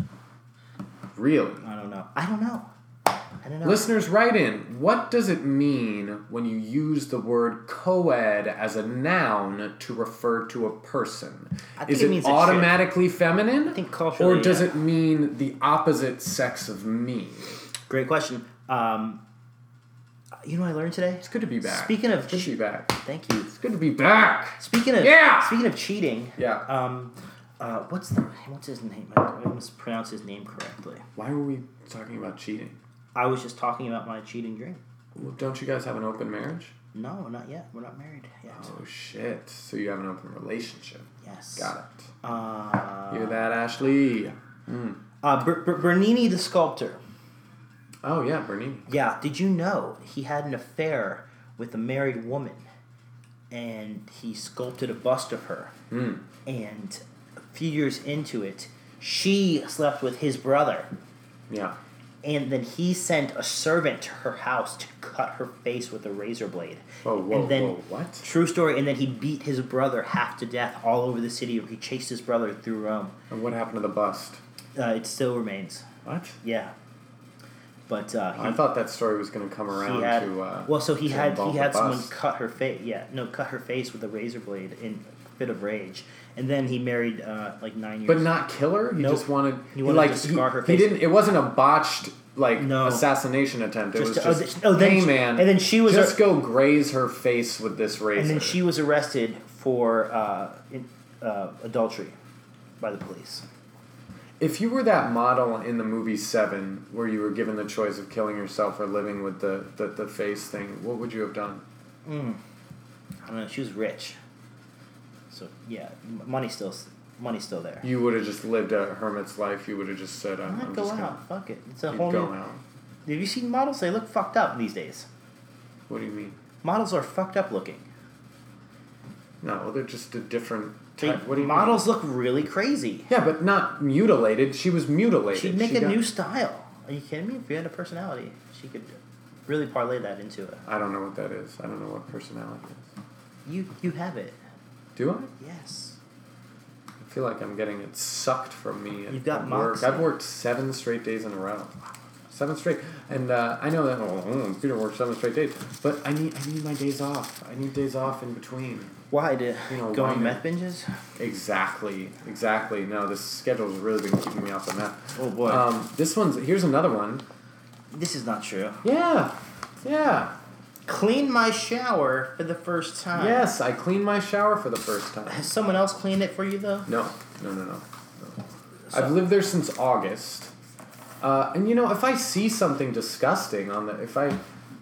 Speaker 3: Really?
Speaker 2: I don't know. I don't know. I don't know.
Speaker 3: Listeners, write in. What does it mean when you use the word co-ed as a noun to refer to a person?
Speaker 2: I think
Speaker 3: Is
Speaker 2: it
Speaker 3: it,
Speaker 2: means it should.
Speaker 3: automatically feminine? I
Speaker 2: think culturally, uh,
Speaker 3: or does
Speaker 2: yeah.
Speaker 3: it mean the opposite sex of me?
Speaker 2: Great question. Um, you know, what I learned today.
Speaker 3: It's good to be back.
Speaker 2: Speaking of
Speaker 3: it's good to be
Speaker 2: che-
Speaker 3: back.
Speaker 2: thank you.
Speaker 3: It's good to be back.
Speaker 2: Speaking of
Speaker 3: Yeah!
Speaker 2: Speaking of cheating.
Speaker 3: Yeah.
Speaker 2: Um, uh, what's the what's his name? I must pronounce his name correctly.
Speaker 3: Why were we talking about cheating?
Speaker 2: I was just talking about my cheating dream.
Speaker 3: Well, don't you guys have an open marriage?
Speaker 2: No, not yet. We're not married yet.
Speaker 3: Oh shit! So you have an open relationship.
Speaker 2: Yes.
Speaker 3: Got it.
Speaker 2: Uh,
Speaker 3: Hear that, Ashley?
Speaker 2: uh, Ber- Ber- Bernini the sculptor.
Speaker 3: Oh yeah, Bernini.
Speaker 2: Yeah, did you know he had an affair with a married woman and he sculpted a bust of her?
Speaker 3: Hmm.
Speaker 2: And a few years into it, she slept with his brother.
Speaker 3: Yeah.
Speaker 2: And then he sent a servant to her house to cut her face with a razor blade.
Speaker 3: Whoa, whoa,
Speaker 2: and then,
Speaker 3: whoa! What?
Speaker 2: True story. And then he beat his brother half to death all over the city. He chased his brother through Rome.
Speaker 3: And what happened to the bust?
Speaker 2: Uh, it still remains.
Speaker 3: What?
Speaker 2: Yeah. But uh, he,
Speaker 3: I thought that story was going to come
Speaker 2: he
Speaker 3: around
Speaker 2: had
Speaker 3: to. Uh,
Speaker 2: well, so he
Speaker 3: to
Speaker 2: had
Speaker 3: involve
Speaker 2: he
Speaker 3: the
Speaker 2: had someone
Speaker 3: bus.
Speaker 2: cut her face. Yeah, no, cut her face with a razor blade in a fit of rage, and then he married uh, like nine years.
Speaker 3: but not kill her. He
Speaker 2: Nope.
Speaker 3: just wanted.
Speaker 2: He wanted
Speaker 3: like
Speaker 2: to scar
Speaker 3: he,
Speaker 2: her
Speaker 3: He
Speaker 2: face.
Speaker 3: didn't. It wasn't a botched like
Speaker 2: No.
Speaker 3: assassination attempt. It
Speaker 2: Just- oh,
Speaker 3: was just.
Speaker 2: th- oh, then
Speaker 3: hey
Speaker 2: she-
Speaker 3: man,
Speaker 2: and then she was
Speaker 3: just
Speaker 2: a-
Speaker 3: go graze her face with this razor.
Speaker 2: and then she was arrested for uh, in, uh, adultery by the police.
Speaker 3: If you were that model in the movie Seven, where you were given the choice of killing yourself or living with the, the, the face thing, what would you have done?
Speaker 2: I don't know. She was rich, so yeah, m- money still money's still there.
Speaker 3: You would have just lived a hermit's life. You would have just said,
Speaker 2: I'm
Speaker 3: "I'm,
Speaker 2: not
Speaker 3: I'm
Speaker 2: go
Speaker 3: just
Speaker 2: out.
Speaker 3: gonna
Speaker 2: Fuck it. It's a
Speaker 3: keep
Speaker 2: whole. New,
Speaker 3: going
Speaker 2: have
Speaker 3: out."
Speaker 2: you seen models? They look fucked up these days.
Speaker 3: What do you mean?
Speaker 2: Models are fucked up looking.
Speaker 3: No, well, they're just a different
Speaker 2: They,
Speaker 3: type. What do you mean?
Speaker 2: models look really crazy.
Speaker 3: Yeah, but not mutilated. She was mutilated.
Speaker 2: She'd make
Speaker 3: She
Speaker 2: a
Speaker 3: got-
Speaker 2: new style. Are you kidding me? If you had a personality, she could really parlay that into it.
Speaker 3: I don't know what that is. I don't know what personality is.
Speaker 2: You you have it.
Speaker 3: Do I?
Speaker 2: Yes.
Speaker 3: I feel like I'm getting it sucked from me. at
Speaker 2: You've got
Speaker 3: work.
Speaker 2: moxie.
Speaker 3: I've worked seven straight days in a row. Seven straight, and uh, I know that oh, mm, Peter works seven straight days, but I need I need my days off. I need days off in between.
Speaker 2: Why did
Speaker 3: You know,
Speaker 2: go
Speaker 3: why
Speaker 2: on
Speaker 3: not?
Speaker 2: meth binges?
Speaker 3: Exactly, exactly. No, this schedule's really been keeping me off the map.
Speaker 2: Oh, boy.
Speaker 3: Um, this one's here's another one.
Speaker 2: This is not true.
Speaker 3: Yeah, yeah.
Speaker 2: Clean my shower for the first time.
Speaker 3: Yes, I cleaned my shower for the first time.
Speaker 2: Has someone else cleaned it for you though?
Speaker 3: No, no, no, no.
Speaker 2: So-
Speaker 3: I've lived there since August. Uh, and you know, if I see something disgusting on the, if I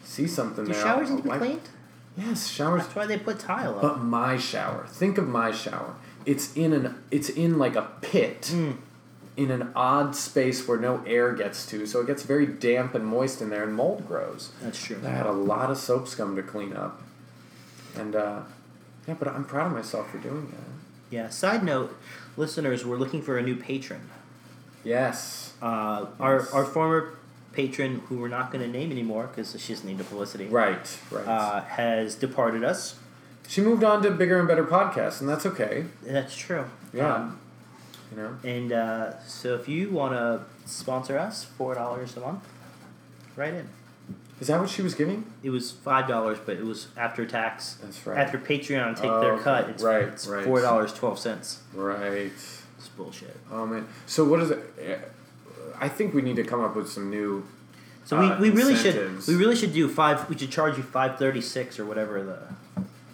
Speaker 3: see something,
Speaker 2: Do
Speaker 3: there,
Speaker 2: showers
Speaker 3: I'll
Speaker 2: need to be
Speaker 3: wipe-
Speaker 2: cleaned?
Speaker 3: Yes, showers.
Speaker 2: That's why they put tile up.
Speaker 3: But my shower. Think of my shower. It's in an, it's in like a pit,
Speaker 2: Hmm.
Speaker 3: in an odd space where no air gets to, so it gets very damp and moist in there, and mold grows.
Speaker 2: That's true.
Speaker 3: I had a lot of soap scum to clean up, and uh, yeah, but I'm proud of myself for doing that.
Speaker 2: Yeah. Side note, listeners, we're looking for a new patron.
Speaker 3: Yes.
Speaker 2: Uh, our
Speaker 3: Yes.
Speaker 2: our former patron, who we're not going to name anymore because she doesn't need the publicity,
Speaker 3: Right. Right.
Speaker 2: uh, has departed us.
Speaker 3: She moved on to bigger and better podcasts, and that's okay.
Speaker 2: That's true.
Speaker 3: Yeah.
Speaker 2: Um,
Speaker 3: you know,
Speaker 2: and uh, so, if you want to sponsor us, four dollars a month, right in.
Speaker 3: is that what she was giving?
Speaker 2: It was five dollars, but it was after tax.
Speaker 3: That's right.
Speaker 2: After Patreon take
Speaker 3: Oh,
Speaker 2: their
Speaker 3: okay.
Speaker 2: cut, it's,
Speaker 3: Right,
Speaker 2: it's
Speaker 3: right.
Speaker 2: four dollars twelve cents.
Speaker 3: Right.
Speaker 2: It's bullshit.
Speaker 3: Oh man. So what is it? eh, I think we need to come up with some new.
Speaker 2: So we,
Speaker 3: Uh,
Speaker 2: we really
Speaker 3: incentives.
Speaker 2: should we really should do five. We should charge you five thirty six or whatever the.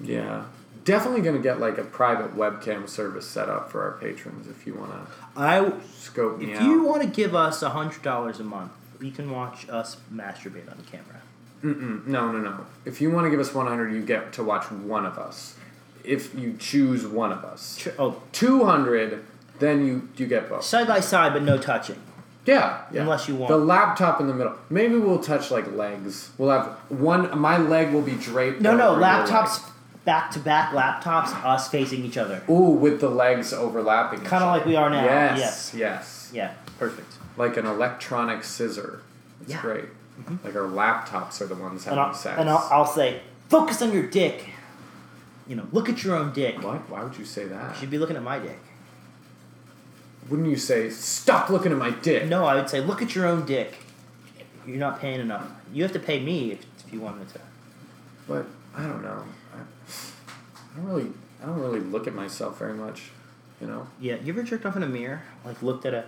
Speaker 3: Yeah. Definitely going to get like a private webcam service set up for our patrons if you want to
Speaker 2: I
Speaker 3: scope me
Speaker 2: if
Speaker 3: out.
Speaker 2: you want to give us a hundred dollars a month, you can watch us masturbate on camera.
Speaker 3: Mm-mm. No, no, no. If you want to give us 100, you get to watch one of us. If you choose one of us.
Speaker 2: Tr- Oh,
Speaker 3: 200, then you you get both.
Speaker 2: side by side, but no touching.
Speaker 3: Yeah, yeah.
Speaker 2: Unless you want-
Speaker 3: the laptop in the middle. Maybe we'll touch like legs. We'll have one. My leg will be draped.
Speaker 2: No, no,
Speaker 3: over your
Speaker 2: laptops back to back. Laptops, us facing each other,
Speaker 3: leg. Ooh, with the legs overlapping.
Speaker 2: kind of like we are now.
Speaker 3: Yes,
Speaker 2: Yes.
Speaker 3: yes.
Speaker 2: Yeah. Perfect.
Speaker 3: Like an electronic scissor. It's
Speaker 2: Yeah. Mm-hmm.
Speaker 3: great. Like our laptops are the ones
Speaker 2: And
Speaker 3: having
Speaker 2: I'll,
Speaker 3: sex.
Speaker 2: and I'll, I'll say, focus on your dick. You know, look at your own dick. You
Speaker 3: what? Why would you say that?
Speaker 2: should be looking at my dick.
Speaker 3: Wouldn't you say stop looking at my dick?
Speaker 2: No, I would say, look at your own dick. You're not paying enough. You have to pay me if, if you wanted to.
Speaker 3: But I don't know. I, I don't really. I don't really look at myself very much. You know.
Speaker 2: Yeah, you ever jerked off in a mirror? Like looked at a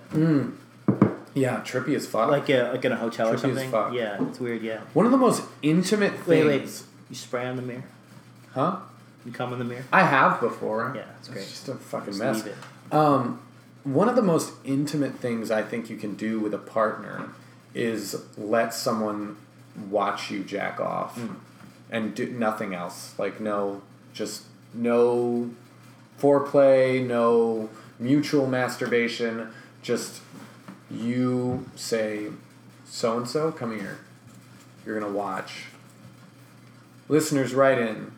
Speaker 3: Yeah, trippy as fuck.
Speaker 2: like a like in a hotel
Speaker 3: Trippy
Speaker 2: or
Speaker 3: as
Speaker 2: something?
Speaker 3: fuck.
Speaker 2: Yeah, it's weird. Yeah.
Speaker 3: one of the most intimate things.
Speaker 2: Wait, wait. You spray on the mirror.
Speaker 3: Huh?
Speaker 2: You come in the mirror.
Speaker 3: I have before.
Speaker 2: Yeah, it's great.
Speaker 3: just a fucking
Speaker 2: Just
Speaker 3: mess.
Speaker 2: leave it.
Speaker 3: Um, one of the most intimate things I think you can do with a partner is let someone watch you jack off and do nothing else. Like no, just no foreplay, no mutual masturbation. Just you say, so and so, come here. You're gonna watch. Listeners, write in.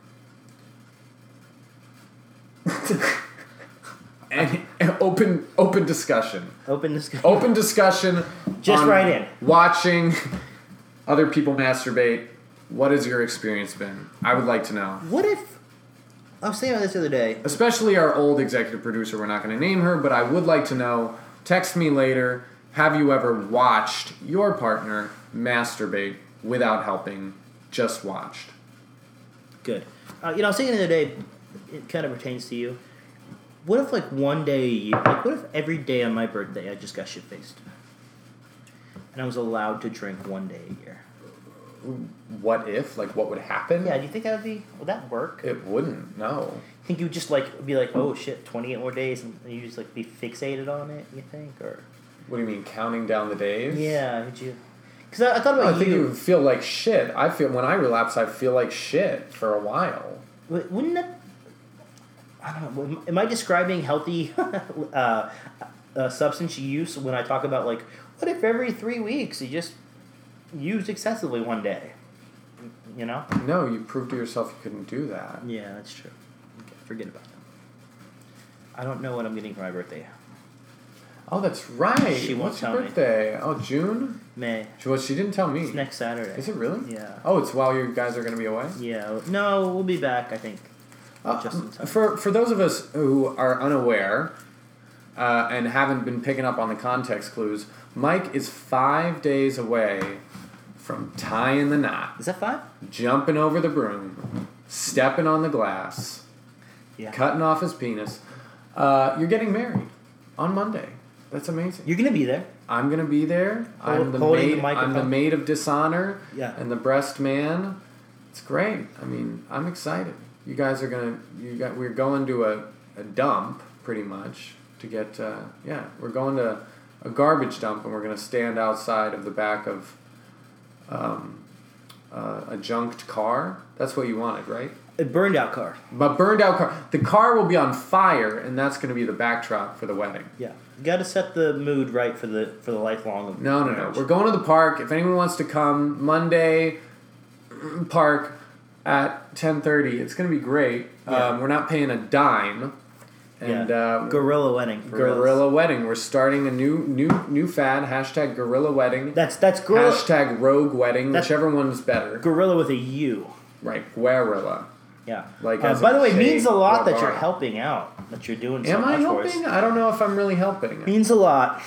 Speaker 3: and open open discussion.
Speaker 2: Open this. Oh.
Speaker 3: Open discussion.
Speaker 2: Just
Speaker 3: on
Speaker 2: write in.
Speaker 3: Watching other people masturbate. What has your experience been? I would like to know.
Speaker 2: What if? I was thinking about this the other day.
Speaker 3: Especially our old executive producer. We're not going to name her, but I would like to know. Text me later Have you ever watched your partner masturbate without helping? Just watched.
Speaker 2: Good. Uh, you know, I was thinking the other day, it kind of pertains to you. What if, like, one day, you, like, what if every day on my birthday I just got shit faced? And I was allowed to drink one day a year.
Speaker 3: What if? Like, what would happen?
Speaker 2: Yeah, do you think that would be, would that work?
Speaker 3: It wouldn't. No.
Speaker 2: I think you would just, like, be like, oh shit, 28 more days, and you just, like, be fixated on it, you think? Or,
Speaker 3: What do you mean, counting down the days?
Speaker 2: yeah, would you? Because I, I thought
Speaker 3: I
Speaker 2: about
Speaker 3: think
Speaker 2: you.
Speaker 3: you would feel like shit. I feel when I relapse, I feel like shit for a while.
Speaker 2: Wou- Wouldn't that? I don't know. am- Am I describing healthy uh, uh, substance use when I talk about like what if every three weeks you just used excessively one day? You know?
Speaker 3: No, you proved to yourself you couldn't do that.
Speaker 2: Yeah, that's true. Okay, forget about that. I don't know what I'm getting for my birthday.
Speaker 3: Oh, that's right.
Speaker 2: She won't
Speaker 3: What's your
Speaker 2: tell me.
Speaker 3: birthday? Oh, June.
Speaker 2: May.
Speaker 3: She, well, she didn't tell me.
Speaker 2: It's next Saturday.
Speaker 3: Is it really?
Speaker 2: Yeah.
Speaker 3: Oh, it's while you guys are gonna be away.
Speaker 2: Yeah. No, we'll be back. I think.
Speaker 3: Uh,
Speaker 2: Just in time.
Speaker 3: for for those of us who are unaware uh, and haven't been picking up on the context clues, Mike is five days away from tying the knot,
Speaker 2: Is that five?
Speaker 3: jumping over the broom, stepping on the glass,
Speaker 2: Yeah.
Speaker 3: cutting off his penis. Uh, you're getting married on Monday. That's amazing.
Speaker 2: You're gonna be there.
Speaker 3: I'm gonna be there.
Speaker 2: Hold-
Speaker 3: I'm the
Speaker 2: holding the
Speaker 3: maid. I'm the
Speaker 2: microphone.
Speaker 3: maid of dishonor.
Speaker 2: Yeah.
Speaker 3: And the breast man. It's great. I mean, I'm excited. You guys are gonna. You got. We're going to a, a dump pretty much to get. Uh, yeah, we're going to a garbage dump and we're gonna stand outside of the back of um, uh, a junked car. That's what you wanted, right?
Speaker 2: A burned out car.
Speaker 3: But burned out car. The car will be on fire, and that's gonna be the backdrop for the wedding.
Speaker 2: Yeah. You got to set the mood right for the for the lifelong. of
Speaker 3: No, no, no.
Speaker 2: marriage.
Speaker 3: We're going to the park. If anyone wants to come, Monday mm, park at ten thirty. It's gonna be great. Um, we're not paying a dime, and uh,
Speaker 2: gorilla wedding. For
Speaker 3: gorilla
Speaker 2: reals.
Speaker 3: wedding. We're starting a new new new fad. Hashtag gorilla wedding.
Speaker 2: That's that's gorilla.
Speaker 3: Hashtag rogue wedding.
Speaker 2: That's-
Speaker 3: whichever one's better.
Speaker 2: Gorilla with a U.
Speaker 3: right, guerrilla.
Speaker 2: Yeah.
Speaker 3: Like,
Speaker 2: Uh,
Speaker 3: as
Speaker 2: by
Speaker 3: in
Speaker 2: the way, it
Speaker 3: shape
Speaker 2: means a lot
Speaker 3: or
Speaker 2: that you're
Speaker 3: bar.
Speaker 2: helping out. That you're doing. So
Speaker 3: Am I
Speaker 2: much for us.
Speaker 3: helping? I don't know if I'm really helping.
Speaker 2: Means a lot.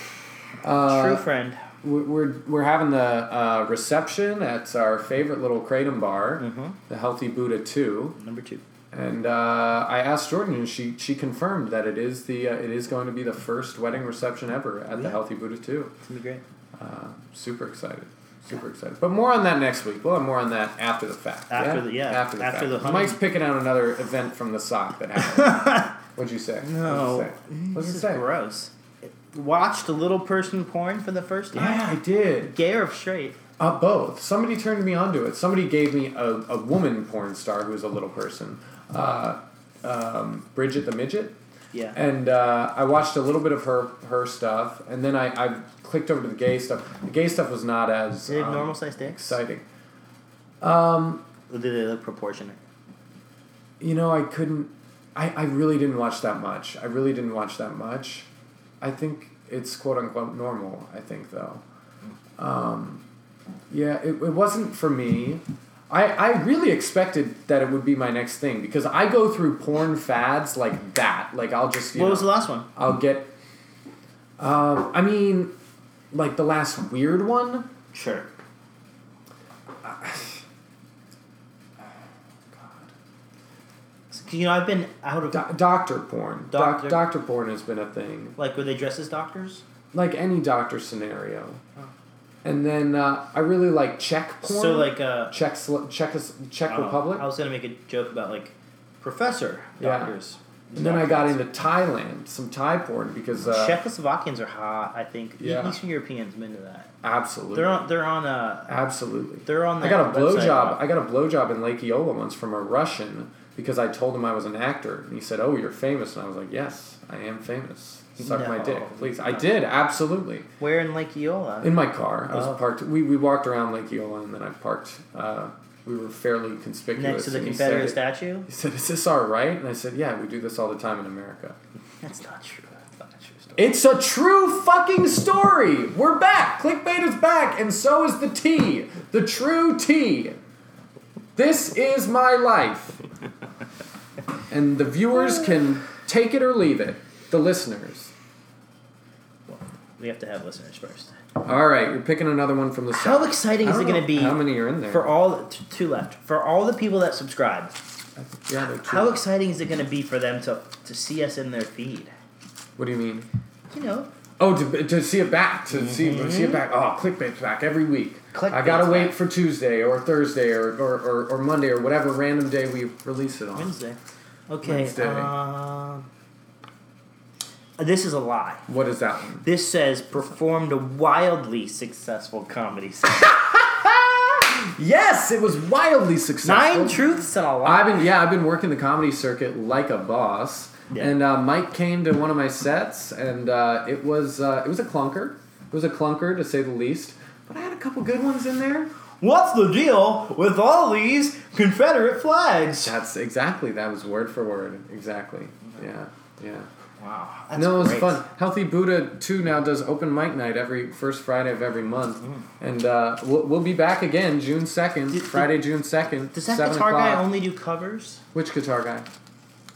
Speaker 3: Uh,
Speaker 2: True friend.
Speaker 3: We're- We're, we're having the uh, reception at our favorite little Kratom bar, the Healthy Buddha 2.
Speaker 2: Number two.
Speaker 3: And uh, I asked Jordan, and she she confirmed that it is the uh, it is going to be the first wedding reception ever at the
Speaker 2: Yeah.
Speaker 3: Healthy Buddha too.
Speaker 2: It's gonna be great.
Speaker 3: Uh, super excited, super excited. But more on that next week. We'll have more on that after the fact.
Speaker 2: After
Speaker 3: yeah?
Speaker 2: the- yeah,
Speaker 3: after the
Speaker 2: after
Speaker 3: fact.
Speaker 2: the honeymoon.
Speaker 3: Mike's picking out another event from the sock that happened. What'd you say?
Speaker 2: No.
Speaker 3: What'd you say? What'd
Speaker 2: This
Speaker 3: you
Speaker 2: is
Speaker 3: say?
Speaker 2: gross. Watched a little person porn for the first time.
Speaker 3: Yeah, I did.
Speaker 2: Gay or straight?
Speaker 3: Uh, both. Somebody turned me onto it. Somebody gave me a, a woman porn star who was a little person. Uh, um, Bridget the Midget.
Speaker 2: Yeah.
Speaker 3: and uh, I watched a little bit of her her stuff, and then I, I clicked over to the gay stuff. The gay stuff was not as
Speaker 2: Did they
Speaker 3: um,
Speaker 2: have normal sized dicks?
Speaker 3: exciting.
Speaker 2: Or did they look proportionate?
Speaker 3: You know, I couldn't. I, I really didn't watch that much. I really didn't watch that much. I think it's quote unquote normal. I think though. Um, yeah, it, it wasn't for me. I, I really expected that it would be my next thing because I go through porn fads like that. Like I'll just you
Speaker 2: What
Speaker 3: know,
Speaker 2: was the last one?
Speaker 3: I'll get. Um, I mean, like the last weird one.
Speaker 2: Sure. You know, I've been out of
Speaker 3: Do- doctor porn. Doc-
Speaker 2: Doctor-
Speaker 3: doctor porn has been a thing.
Speaker 2: like were they dressed as doctors?
Speaker 3: Like any doctor scenario.
Speaker 2: Oh.
Speaker 3: And then uh, I really like Czech porn.
Speaker 2: So like uh,
Speaker 3: Czech, Slo- Czech, Czech
Speaker 2: I don't know.
Speaker 3: Republic.
Speaker 2: I was gonna make a joke about like professor
Speaker 3: Yeah.
Speaker 2: doctors.
Speaker 3: and then I got into Thailand, some Thai porn because uh,
Speaker 2: Czechoslovakians are hot. I think E-
Speaker 3: Yeah.
Speaker 2: Eastern Europeans been to that.
Speaker 3: absolutely,
Speaker 2: They're on. They're on. Uh,
Speaker 3: absolutely.
Speaker 2: they're on.
Speaker 3: I
Speaker 2: That
Speaker 3: got a
Speaker 2: website.
Speaker 3: blowjob. I got a blowjob in Lake Eola once from a Russian because I told him I was an actor, and he said, "Oh, you're famous," and I was like, "Yes, I am famous. Suck my
Speaker 2: No.
Speaker 3: dick, please." I did absolutely
Speaker 2: Where in Lake Eola?
Speaker 3: in my car. I was
Speaker 2: Oh.
Speaker 3: parked. We, we walked around Lake Eola, and then I parked. Uh, we were fairly conspicuous.
Speaker 2: Next to the
Speaker 3: and he
Speaker 2: Confederate
Speaker 3: said-
Speaker 2: statue.
Speaker 3: He said, "Is this all right?" And I said, "Yeah, we do this all the time in America."
Speaker 2: That's not true. That's not a true story.
Speaker 3: It's a true fucking story. We're back. Clickbait is back, and so is the tea. The true tea. This is my life. And the viewers can take it or leave it. The listeners.
Speaker 2: We have to have listeners first.
Speaker 3: All right, you're picking another one from the set.
Speaker 2: How exciting
Speaker 3: I
Speaker 2: is it
Speaker 3: don't
Speaker 2: going
Speaker 3: know
Speaker 2: to be
Speaker 3: How many are in there?
Speaker 2: for all t- two left for all the people that subscribe?
Speaker 3: yeah, there are two.
Speaker 2: How exciting is it going to be for them to to see us in their feed?
Speaker 3: what do you mean?
Speaker 2: You know,
Speaker 3: Oh, to, to see it back, to see see it back. Oh, clickbait's back every week. I gotta
Speaker 2: Clickbait's
Speaker 3: wait
Speaker 2: back.
Speaker 3: for Tuesday or Thursday or, or, or, or Monday or whatever random day we release it on.
Speaker 2: Wednesday. Okay.
Speaker 3: Wednesday.
Speaker 2: um, this is a lie.
Speaker 3: What is that one?
Speaker 2: This says performed a wildly successful comedy set.
Speaker 3: Yes, it was wildly successful.
Speaker 2: Nine truths and a lie.
Speaker 3: I've been yeah, I've been working the comedy circuit like a boss.
Speaker 2: Yeah.
Speaker 3: And uh, Mike came to one of my sets, and uh, it was uh, it was a clunker. It was a clunker to say the least. But I had a couple good ones in there.
Speaker 2: What's the deal with all these Confederate flags?
Speaker 3: That's exactly that was word for word exactly. Yeah, yeah.
Speaker 2: Wow. That's
Speaker 3: no, it was
Speaker 2: great.
Speaker 3: fun. Healthy Buddha too now does open mic night every first Friday of every month, and uh, we'll, we'll be back again June second,
Speaker 2: Mm. Did-
Speaker 3: Friday June second,
Speaker 2: Does that
Speaker 3: seven
Speaker 2: guitar
Speaker 3: o'clock.
Speaker 2: guy only do covers?
Speaker 3: Which guitar guy?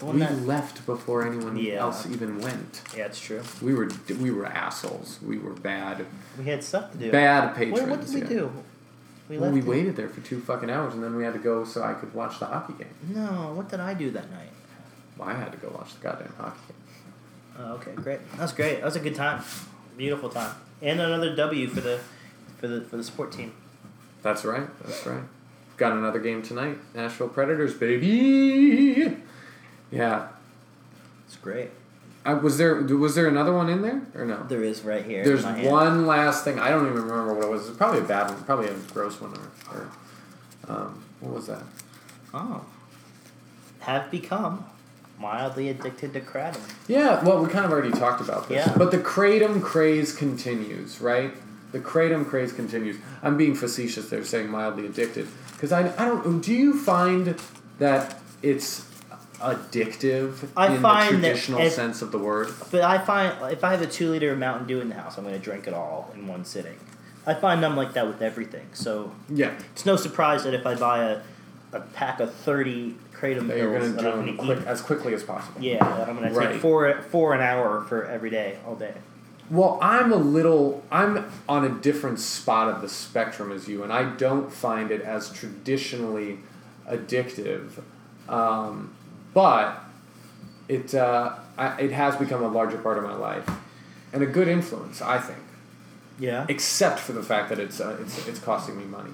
Speaker 2: The one
Speaker 3: We
Speaker 2: that-
Speaker 3: left before anyone
Speaker 2: Yeah.
Speaker 3: else even went.
Speaker 2: yeah, it's true.
Speaker 3: We were we were assholes. We were bad,
Speaker 2: We had stuff to do.
Speaker 3: bad
Speaker 2: Wait,
Speaker 3: patrons.
Speaker 2: what, did we
Speaker 3: yeah.
Speaker 2: do? We
Speaker 3: Well, we
Speaker 2: it-
Speaker 3: waited there for two fucking hours, and then we had to go so I could watch the hockey game.
Speaker 2: No, what did I do that night?
Speaker 3: Well, I had to go watch the goddamn hockey game.
Speaker 2: Oh, okay, great. That was great. That was a good time. Beautiful time. And another W for the for the for the sport team.
Speaker 3: That's right. That's right. Got another game tonight. Nashville Predators, baby. Yeah.
Speaker 2: It's great.
Speaker 3: I, was there was there another one in there or no?
Speaker 2: There is right here. in
Speaker 3: There's
Speaker 2: my hand.
Speaker 3: one last thing. I don't even remember what it was. It's probably a bad one. Probably a gross one or, or um, what was that?
Speaker 2: Oh. Have become mildly addicted to kratom.
Speaker 3: Yeah, well, we kind of already talked about this.
Speaker 2: Yeah.
Speaker 3: But the kratom craze continues, right? The kratom craze continues. I'm being facetious there, saying mildly addicted. Because I, I don't. Do you find that it's addictive
Speaker 2: I
Speaker 3: in
Speaker 2: find
Speaker 3: the
Speaker 2: that
Speaker 3: traditional
Speaker 2: if-
Speaker 3: sense of the word?
Speaker 2: But I find if I have a two liter of Mountain Dew in the house, I'm going to drink it all in one sitting. I find I'm like that with everything. So
Speaker 3: Yeah.
Speaker 2: it's no surprise that if I buy a, a pack of 30 Kratom
Speaker 3: That you're
Speaker 2: pills,
Speaker 3: going to do
Speaker 2: that I'm
Speaker 3: them
Speaker 2: going to
Speaker 3: quick,
Speaker 2: eat.
Speaker 3: as quickly as possible.
Speaker 2: Yeah, that I'm going to
Speaker 3: Right.
Speaker 2: take four, four an hour for every day, all day.
Speaker 3: Well, I'm a little. I'm on a different spot of the spectrum as you, and I don't find it as traditionally addictive. Um, but it uh, I, it has become a larger part of my life, and a good influence, I think.
Speaker 2: Yeah.
Speaker 3: Except for the fact that it's uh, it's it's costing me money.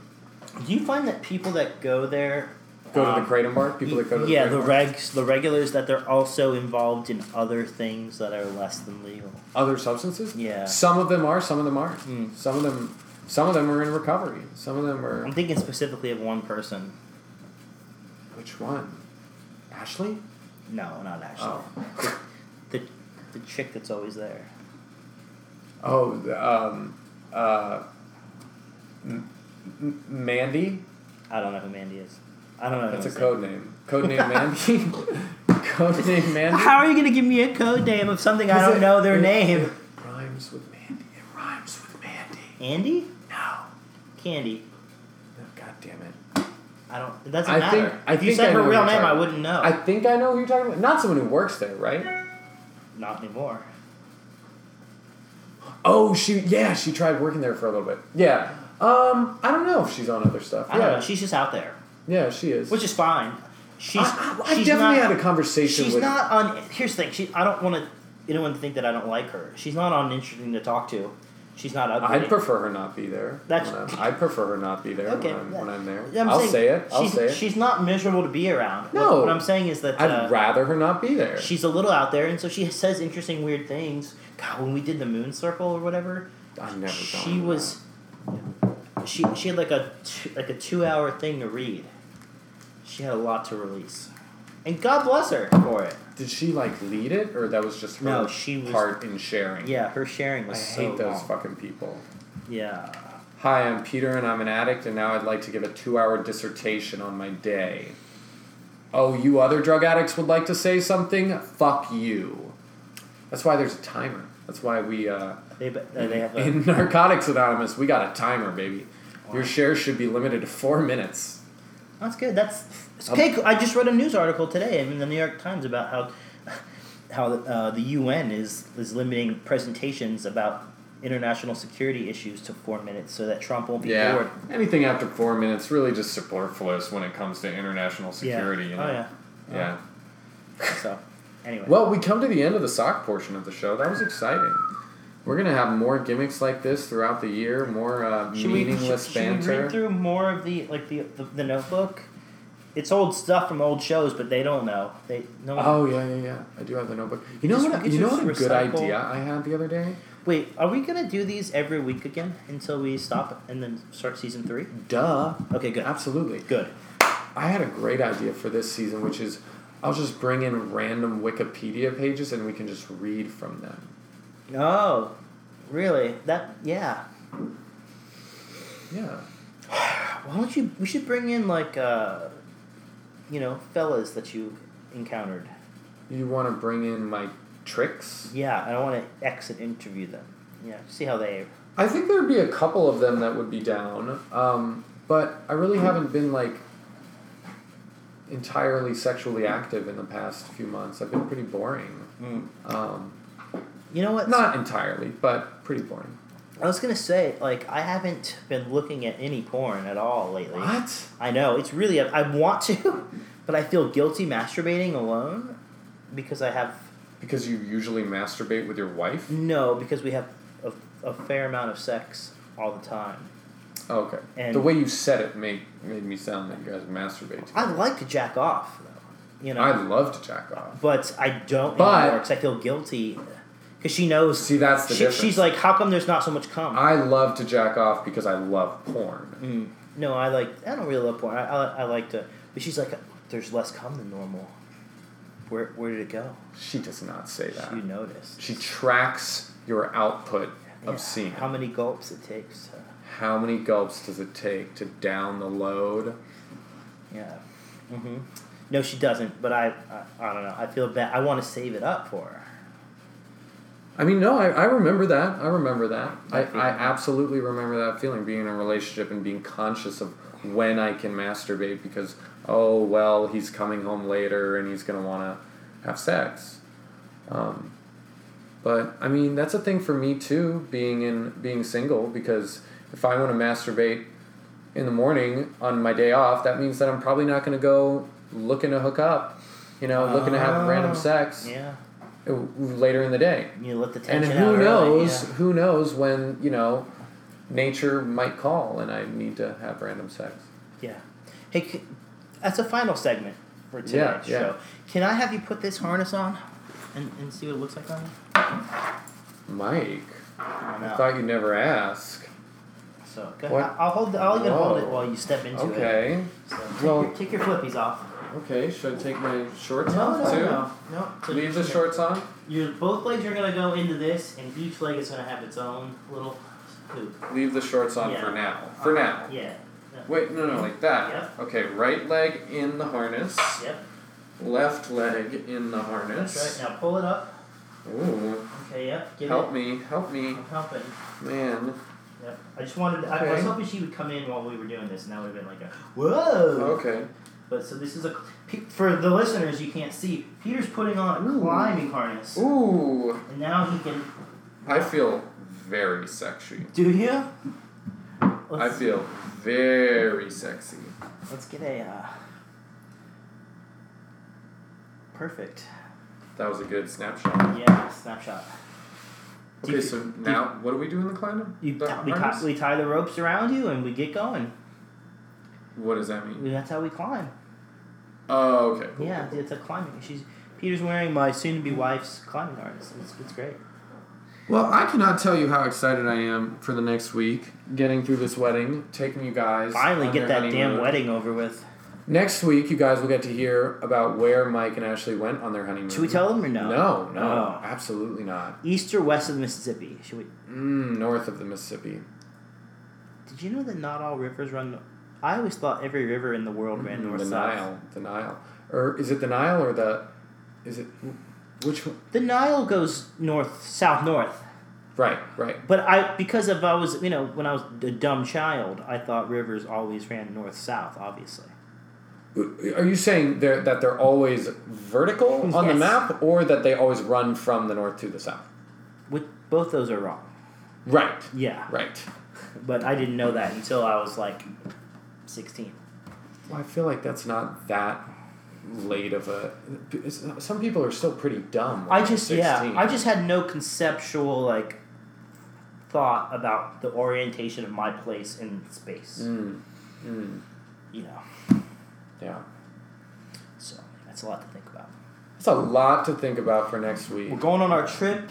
Speaker 2: Do you find that people that go there
Speaker 3: Go to
Speaker 2: um,
Speaker 3: the kratom bar. People that go to the
Speaker 2: yeah,
Speaker 3: Kratom
Speaker 2: the
Speaker 3: bar?
Speaker 2: regs, the regulars that they're also involved in other things that are less than legal.
Speaker 3: other substances.
Speaker 2: Yeah. Hmm.
Speaker 3: Some of them are. Some of them aren't. Some of them. Some of them are in recovery. Some of them are.
Speaker 2: I'm thinking specifically of one person.
Speaker 3: Which one? Ashley?
Speaker 2: No, not actually.
Speaker 3: Oh.
Speaker 2: The the chick that's always there.
Speaker 3: Oh, the, um, uh, M- M- Mandy?
Speaker 2: I don't know who Mandy is. I don't know.
Speaker 3: That's a
Speaker 2: who I'm
Speaker 3: code name. Code name Mandy? code name
Speaker 2: saying.
Speaker 3: Mandy?
Speaker 2: How are you gonna give me a code name of something I
Speaker 3: Is
Speaker 2: don't
Speaker 3: it-
Speaker 2: know their
Speaker 3: it-
Speaker 2: name?
Speaker 3: It rhymes with Mandy. It rhymes with Mandy.
Speaker 2: Andy,
Speaker 3: No.
Speaker 2: Candy.
Speaker 3: No, God damn it.
Speaker 2: I don't. It doesn't
Speaker 3: I
Speaker 2: matter.
Speaker 3: think- I
Speaker 2: if you
Speaker 3: think I
Speaker 2: said
Speaker 3: know
Speaker 2: her
Speaker 3: who
Speaker 2: real
Speaker 3: you're
Speaker 2: name, I
Speaker 3: talking-
Speaker 2: wouldn't know.
Speaker 3: I think I know who you're talking about. Not someone who works there, right?
Speaker 2: Not anymore.
Speaker 3: Oh, she, yeah, she tried working there for a little bit. Yeah. Um, I don't know if she's on other stuff.
Speaker 2: I
Speaker 3: yeah.
Speaker 2: don't know. She's just out there,
Speaker 3: yeah, she is.
Speaker 2: which is fine. She's.
Speaker 3: I, I, I
Speaker 2: she's
Speaker 3: definitely
Speaker 2: not,
Speaker 3: had a conversation
Speaker 2: She's
Speaker 3: with
Speaker 2: not on. Here's the thing. She. I don't want to. Anyone to think that I don't like her. She's not uninteresting to talk to. She's not ugly.
Speaker 3: I'd prefer her not be there.
Speaker 2: That's-
Speaker 3: when I'm- I'd prefer her not be there
Speaker 2: Okay.
Speaker 3: when, I'm, when I'm there.
Speaker 2: I'm
Speaker 3: I'll
Speaker 2: saying
Speaker 3: say it. I'll
Speaker 2: she's,
Speaker 3: say it.
Speaker 2: She's not miserable to be around.
Speaker 3: No.
Speaker 2: What, what I'm saying is that
Speaker 3: I'd
Speaker 2: uh,
Speaker 3: rather her not be there.
Speaker 2: she's a little out there, and so she says interesting, weird things. God, when we did the moon circle or whatever,
Speaker 3: I've never gone
Speaker 2: she
Speaker 3: to
Speaker 2: was. She she had like a two, like a two hour thing to read. She had a lot to release, and God bless her for it.
Speaker 3: that. Did she like lead it, or that was just her
Speaker 2: No, she was-
Speaker 3: part in sharing?
Speaker 2: Yeah, her sharing
Speaker 3: I
Speaker 2: was
Speaker 3: hate
Speaker 2: so
Speaker 3: those
Speaker 2: long.
Speaker 3: fucking people.
Speaker 2: Yeah.
Speaker 3: Hi, I'm Peter, and I'm an addict, and now I'd like to give a two-hour dissertation on my day. Oh, you other drug addicts would like to say something? Fuck you. That's why there's a timer. That's why we. Uh,
Speaker 2: They, but, uh, they have a,
Speaker 3: In Narcotics Anonymous, we got a timer, baby. Your share should be limited to four minutes.
Speaker 2: That's good. That's it's
Speaker 3: Um,
Speaker 2: okay. cool. I just read a news article today in the New York Times about how how uh, the UN is is limiting presentations about international security issues to four minutes so that Trump won't be
Speaker 3: Yeah.
Speaker 2: bored.
Speaker 3: Anything after four minutes really just superfluous when it comes to international security.
Speaker 2: Yeah.
Speaker 3: You know?
Speaker 2: Oh
Speaker 3: Yeah.
Speaker 2: yeah. So anyway.
Speaker 3: Well, we come to the end of the sock portion of the show. That was exciting. We're gonna have more gimmicks like this throughout the year. More uh,
Speaker 2: should we, should,
Speaker 3: meaningless
Speaker 2: should
Speaker 3: banter.
Speaker 2: we read through more of the like the, the the notebook? It's old stuff from old shows, but they don't know. They no. one-
Speaker 3: Oh yeah, yeah, yeah. I do have the notebook. You know
Speaker 2: Just-
Speaker 3: what?
Speaker 2: we
Speaker 3: You know
Speaker 2: just
Speaker 3: what? A good
Speaker 2: recycle-
Speaker 3: idea I had the other day.
Speaker 2: Wait, are we gonna do these every week again until we stop and then start season three?
Speaker 3: Duh.
Speaker 2: Okay, good.
Speaker 3: Absolutely.
Speaker 2: Good.
Speaker 3: I had a great idea for this season, which is I'll just bring in random Wikipedia pages and we can just read from them.
Speaker 2: Oh, really? That yeah.
Speaker 3: Yeah.
Speaker 2: Why don't you? We should bring in like, uh, you know, fellas that you encountered.
Speaker 3: You want to bring in my tricks?
Speaker 2: Yeah, I want to exit interview them. Yeah, see how they.
Speaker 3: I think there'd be a couple of them that would be down, um, but I really haven't been like entirely sexually active in the past few months. I've been pretty boring. Um,
Speaker 2: You know what?
Speaker 3: not entirely, but pretty boring.
Speaker 2: I was gonna say like I haven't been looking at any porn at all lately.
Speaker 3: What?
Speaker 2: I know it's really I, I want to, but I feel guilty masturbating alone because I have
Speaker 3: Because you usually masturbate with your wife?
Speaker 2: no because we have a, a fair amount of sex all the time.
Speaker 3: Oh, Okay.
Speaker 2: And-
Speaker 3: the way you said it made made me sound like you guys masturbate.
Speaker 2: I like to jack off though, you know.
Speaker 3: I love to jack off.
Speaker 2: but I don't
Speaker 3: But-
Speaker 2: anymore because I feel guilty because she knows.
Speaker 3: See, that's the
Speaker 2: she,
Speaker 3: difference.
Speaker 2: she's like, how come there's not so much cum?
Speaker 3: I love to jack off because I love porn.
Speaker 2: no, I like. I don't really love porn. I, I, I like to, but she's like, there's less cum than normal. Where where did it go?
Speaker 3: She does not say that.
Speaker 2: You noticed.
Speaker 3: She tracks your output
Speaker 2: Yeah.
Speaker 3: of semen.
Speaker 2: How many gulps it takes? uh,
Speaker 3: How many gulps does it take to down the load?
Speaker 2: yeah.
Speaker 3: Mm-hmm.
Speaker 2: hmm No, she doesn't. But I, I, I don't know. I feel bad. I want to save it up for her.
Speaker 3: I mean, no, I, I remember that. I remember that. I,
Speaker 2: That feeling.
Speaker 3: I absolutely remember that feeling, being in a relationship and being conscious of when I can masturbate because, oh, well, he's coming home later and he's going to want to have sex. Um, but, I mean, that's a thing for me, too, being, in, being single because if I want to masturbate in the morning on my day off, that means that I'm probably not going to go looking to hook up, you know, looking to have
Speaker 2: Oh,
Speaker 3: random sex
Speaker 2: Yeah.
Speaker 3: uh, later in the day
Speaker 2: You let the
Speaker 3: and
Speaker 2: tension out
Speaker 3: who
Speaker 2: early,
Speaker 3: knows
Speaker 2: yeah.
Speaker 3: who knows when you know nature might call and i need to have random sex
Speaker 2: Yeah. Hey, c- that's a final segment for today's
Speaker 3: Yeah, yeah.
Speaker 2: show. Can I have you put this harness on and, and see what it looks like on you?
Speaker 3: mike
Speaker 2: I
Speaker 3: i
Speaker 2: know.
Speaker 3: thought you'd never ask
Speaker 2: So go
Speaker 3: What?
Speaker 2: ahead. I'll hold. The, I'll even hold it
Speaker 3: Whoa.
Speaker 2: while you step into it.
Speaker 3: okay
Speaker 2: So take,
Speaker 3: Well-
Speaker 2: your, take your flippies off.
Speaker 3: okay should i take my shorts
Speaker 2: No,
Speaker 3: off
Speaker 2: no,
Speaker 3: too
Speaker 2: no, no. So
Speaker 3: leave the
Speaker 2: you're-
Speaker 3: shorts on
Speaker 2: Your both legs are gonna go into this, and each leg is gonna have its own little hoop.
Speaker 3: leave the shorts on
Speaker 2: Yeah.
Speaker 3: for now for now
Speaker 2: Yeah.
Speaker 3: wait no no like that
Speaker 2: Yep.
Speaker 3: okay right leg in the harness
Speaker 2: Yep.
Speaker 3: left leg in the
Speaker 2: That's
Speaker 3: harness
Speaker 2: right. Now pull it up.
Speaker 3: ooh
Speaker 2: Okay. Yep. Get
Speaker 3: help
Speaker 2: it.
Speaker 3: me help me
Speaker 2: I'm helping.
Speaker 3: man
Speaker 2: Yep. I just wanted. I, I was
Speaker 3: Okay.
Speaker 2: hoping she would come in while we were doing this, and that would have been like a whoa.
Speaker 3: okay
Speaker 2: But so this is a Pe- for the listeners you can't see. Peter's putting on a
Speaker 3: Ooh.
Speaker 2: climbing harness,
Speaker 3: ooh
Speaker 2: and now he can.
Speaker 3: i feel very sexy
Speaker 2: Do you?
Speaker 3: I
Speaker 2: Let's,
Speaker 3: feel very sexy.
Speaker 2: Let's get a. Uh, perfect.
Speaker 3: That was a good snapshot.
Speaker 2: Yeah. Snapshot. Do
Speaker 3: Okay,
Speaker 2: you-
Speaker 3: so
Speaker 2: do
Speaker 3: now what do we do in the climb?
Speaker 2: You,
Speaker 3: the
Speaker 2: t- we,
Speaker 3: harness?
Speaker 2: tie, we tie the ropes around you and we get going.
Speaker 3: What does that mean?
Speaker 2: That's how we climb.
Speaker 3: Oh, okay. cool,
Speaker 2: Yeah,
Speaker 3: cool,
Speaker 2: it's a climbing. She's Peter's wearing my soon-to-be wife's climbing harness. It's, it's great.
Speaker 3: cool. Well, I cannot tell you how excited I am for the next week. Getting through this wedding, taking you guys.
Speaker 2: Finally,
Speaker 3: on
Speaker 2: get
Speaker 3: your
Speaker 2: that damn
Speaker 3: honeymoon.
Speaker 2: wedding over with.
Speaker 3: Next week, you guys will get to hear about where Mike and Ashley went on their honeymoon.
Speaker 2: Should we tell them Oh. or no?
Speaker 3: Mm-hmm. No, no,
Speaker 2: No.
Speaker 3: absolutely not.
Speaker 2: East or west of the Mississippi? Should we?
Speaker 3: Mm, north of the Mississippi.
Speaker 2: Did you know that not all rivers run? I always thought every river in the world ran north
Speaker 3: Mm, the
Speaker 2: south.
Speaker 3: Nile, the Nile, or is it the Nile or the? Is it which one?
Speaker 2: The Nile goes north, south, north.
Speaker 3: Right, right.
Speaker 2: But I, because of I was, you know, when I was a dumb child, I thought rivers always ran north south. Obviously.
Speaker 3: Are you saying they're, that they're always vertical on the
Speaker 2: Yes.
Speaker 3: map, or that they always run from the north to the south?
Speaker 2: With both those are wrong.
Speaker 3: Right.
Speaker 2: Yeah.
Speaker 3: Right.
Speaker 2: But I didn't know that until I was like 16.
Speaker 3: Well, I feel like that's not that late of a. it's- Some people are still pretty dumb. when
Speaker 2: I just
Speaker 3: they're
Speaker 2: yeah,
Speaker 3: 16.
Speaker 2: I just had no conceptual like thought about the orientation of my place in space.
Speaker 3: Mm, mm,
Speaker 2: You know,
Speaker 3: yeah.
Speaker 2: so that's a lot to think about.
Speaker 3: It's a lot to think about for next week.
Speaker 2: We're going on our trip.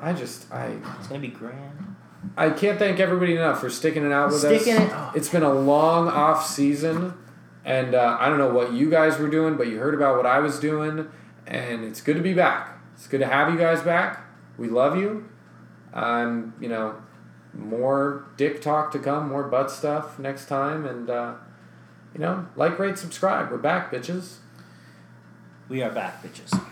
Speaker 3: I just I
Speaker 2: It's gonna be grand.
Speaker 3: I can't thank everybody enough for sticking it out with
Speaker 2: Sticking
Speaker 3: us.
Speaker 2: it- oh.
Speaker 3: It's been a long off season, and uh, I don't know what you guys were doing, but you heard about what I was doing, and it's good to be back. It's good to have you guys back. We love you. Um, you know, more dick talk to come, more butt stuff next time, and uh, you know, like, rate, subscribe. We're back, bitches.
Speaker 2: We are back, bitches.